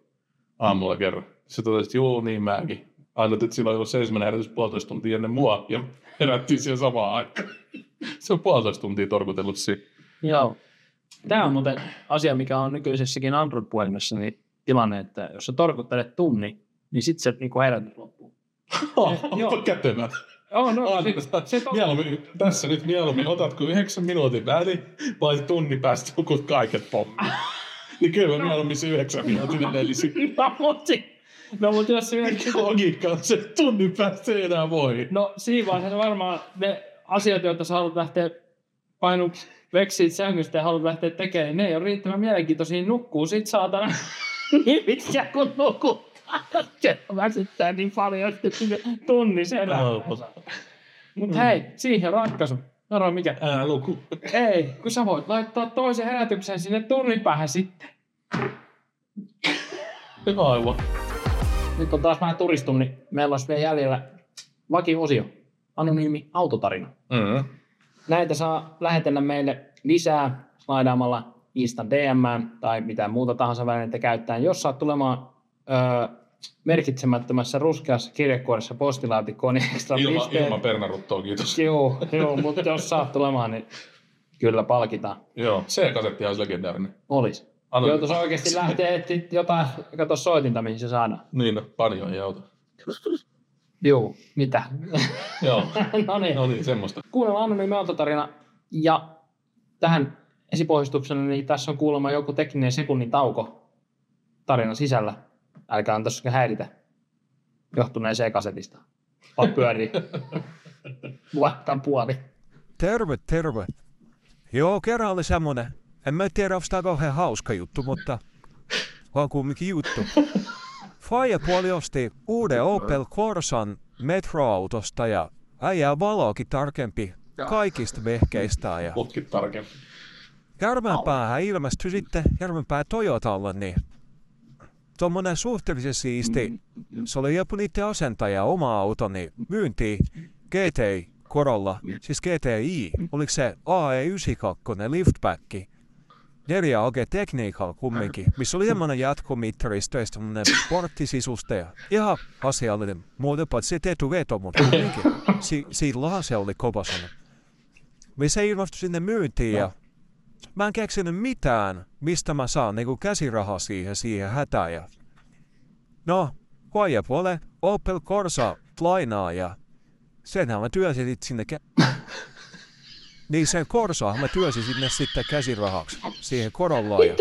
Speaker 1: aamulla kerran. Se totesi, että juu, niin mäkin. Aina, että silloin ollut seitsemän herätys puolitoista tuntia ennen mua, ja herättiin siihen samaan aikaan. Se on puolitoista tuntia torkutellut siinä.
Speaker 2: Joo. Tämä on muuten asia, mikä on nykyisessäkin Android-puhelimessa niin tilanne, että jos sä torkuttelet tunni, niin sit se niinku herätys loppuu. Joo.
Speaker 1: [LAUGHS] Onpa kätevä.
Speaker 2: Oh,
Speaker 1: Anna. Mieluummin, tässä nyt mieluummin, otatko yhdeksän minuutin väli vai tunnin päästä nukut kaiket pommi? niin kyllä mä mieluummin se yhdeksän
Speaker 2: [LAUGHS]
Speaker 1: minuutin niin välisin.
Speaker 2: no, mutta no, mut jos se
Speaker 1: Logiikka on se, että tunnin päästä ei enää voi.
Speaker 2: No siinä vaiheessa varmaan ne asiat, joita sä haluat lähteä painu veksiit sängystä ja haluat lähteä tekemään, niin ne ei ole riittävän mielenkiintoisia. Nukkuu sit saatana [LAUGHS] niin pitkään kun nukkuu. Se väsyttää niin paljon, että tunni sen. Mutta hei, siihen on ratkaisu. Arvaa mikä?
Speaker 1: Älä luku.
Speaker 2: Ei, kun sä voit laittaa toisen herätyksen sinne tunnin päähän sitten.
Speaker 1: Aivan.
Speaker 2: Nyt on taas vähän turistunut, niin meillä olisi vielä jäljellä vakiosio. Anonyymi autotarina.
Speaker 1: Mm-hmm.
Speaker 2: Näitä saa lähetellä meille lisää slaidaamalla Insta DM tai mitä muuta tahansa välineitä käyttäen. Jos saat tulemaan öö, merkitsemättömässä ruskeassa kirjekuoressa postilaatikkoon, niin ekstra
Speaker 1: Ilma,
Speaker 2: pisteet.
Speaker 1: ilman pernaruttoa, kiitos.
Speaker 2: Joo, joo, mutta jos saat tulemaan, niin kyllä palkitaan.
Speaker 1: Joo, se kasetti olisi legendaarinen.
Speaker 2: Olis.
Speaker 1: Anna-
Speaker 2: Joutuisi oikeasti lähteä etsimään jotain, kato soitinta, mihin se saadaan.
Speaker 1: Niin, no, paljon ei auta.
Speaker 2: Joo, mitä? [LAUGHS]
Speaker 1: Joo,
Speaker 2: no
Speaker 1: [LAUGHS]
Speaker 2: niin.
Speaker 1: no niin, semmoista.
Speaker 2: kuunnellaan anonyymi autotarina. Ja tähän esipohjustuksena, niin tässä on kuulemma joku tekninen sekunnin tauko tarinan sisällä. Älkää antaa sitä häiritä johtuneen C-kasetista. Vaan pyörii. Vuotta puoli.
Speaker 4: Terve, terve. Joo, kerran oli semmonen. En mä tiedä, onko tää kauhean hauska juttu, mutta on kumminkin juttu. Firepuoli osti uuden Opel Corsan metroautosta ja äijää valoakin tarkempi kaikista vehkeistä. Ja
Speaker 1: Mutkit [LAUGHS] tarkemmin.
Speaker 4: Järvenpäähän ilmestyi sitten Järvenpää Toyotalle, niin tuommoinen suhteellisen siisti, se oli joku niiden asentaja oma auto, niin myyntiin GTI korolla, siis GTI, oliko se AE92 liftback, neljä AG Technical kumminkin, missä oli semmoinen jatkomittarista, ja semmoinen sporttisisuste ja ihan asiallinen, muuten paitsi se tetuveto, mutta kumminkin, si- sillä se oli kova sana. Me se ilmastui sinne myyntiin ja mä en keksinyt mitään, mistä mä saan niinku käsirahaa siihen, siihen hätään. Ja... No, vaijapuole Opel Corsa lainaa ja senhän mä työsin sit sinne kä- Niin sen Corsaa mä työsin sinne sitten käsirahaksi siihen korollaan. Ja...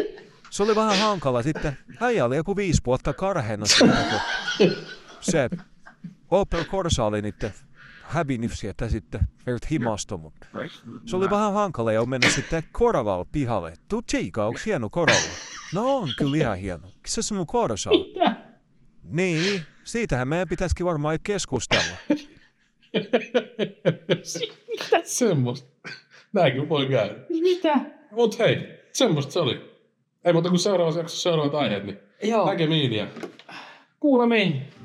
Speaker 4: Se oli vähän hankala sitten. Äijä oli joku viisi vuotta karheena sitten, kun se Opel Corsa oli niiden hävinnyt sieltä sitten, verrat himasto, mutta se oli vähän hankala ja on mennä sitten koravalla pihalle. Tuu tsiikaa, onko hieno korava? No on kyllä ihan hieno. Se on mun korsa. Niin, siitähän meidän pitäisikin varmaan keskustella.
Speaker 1: Mitä? Semmosta. Näinkin voi käydä.
Speaker 5: Mitä?
Speaker 1: Mut hei, semmoista se oli. Ei muuta kuin seuraavassa jaksossa seuraavat aiheet, niin
Speaker 5: Joo.
Speaker 1: näkemiin ja
Speaker 5: Kuulemiin.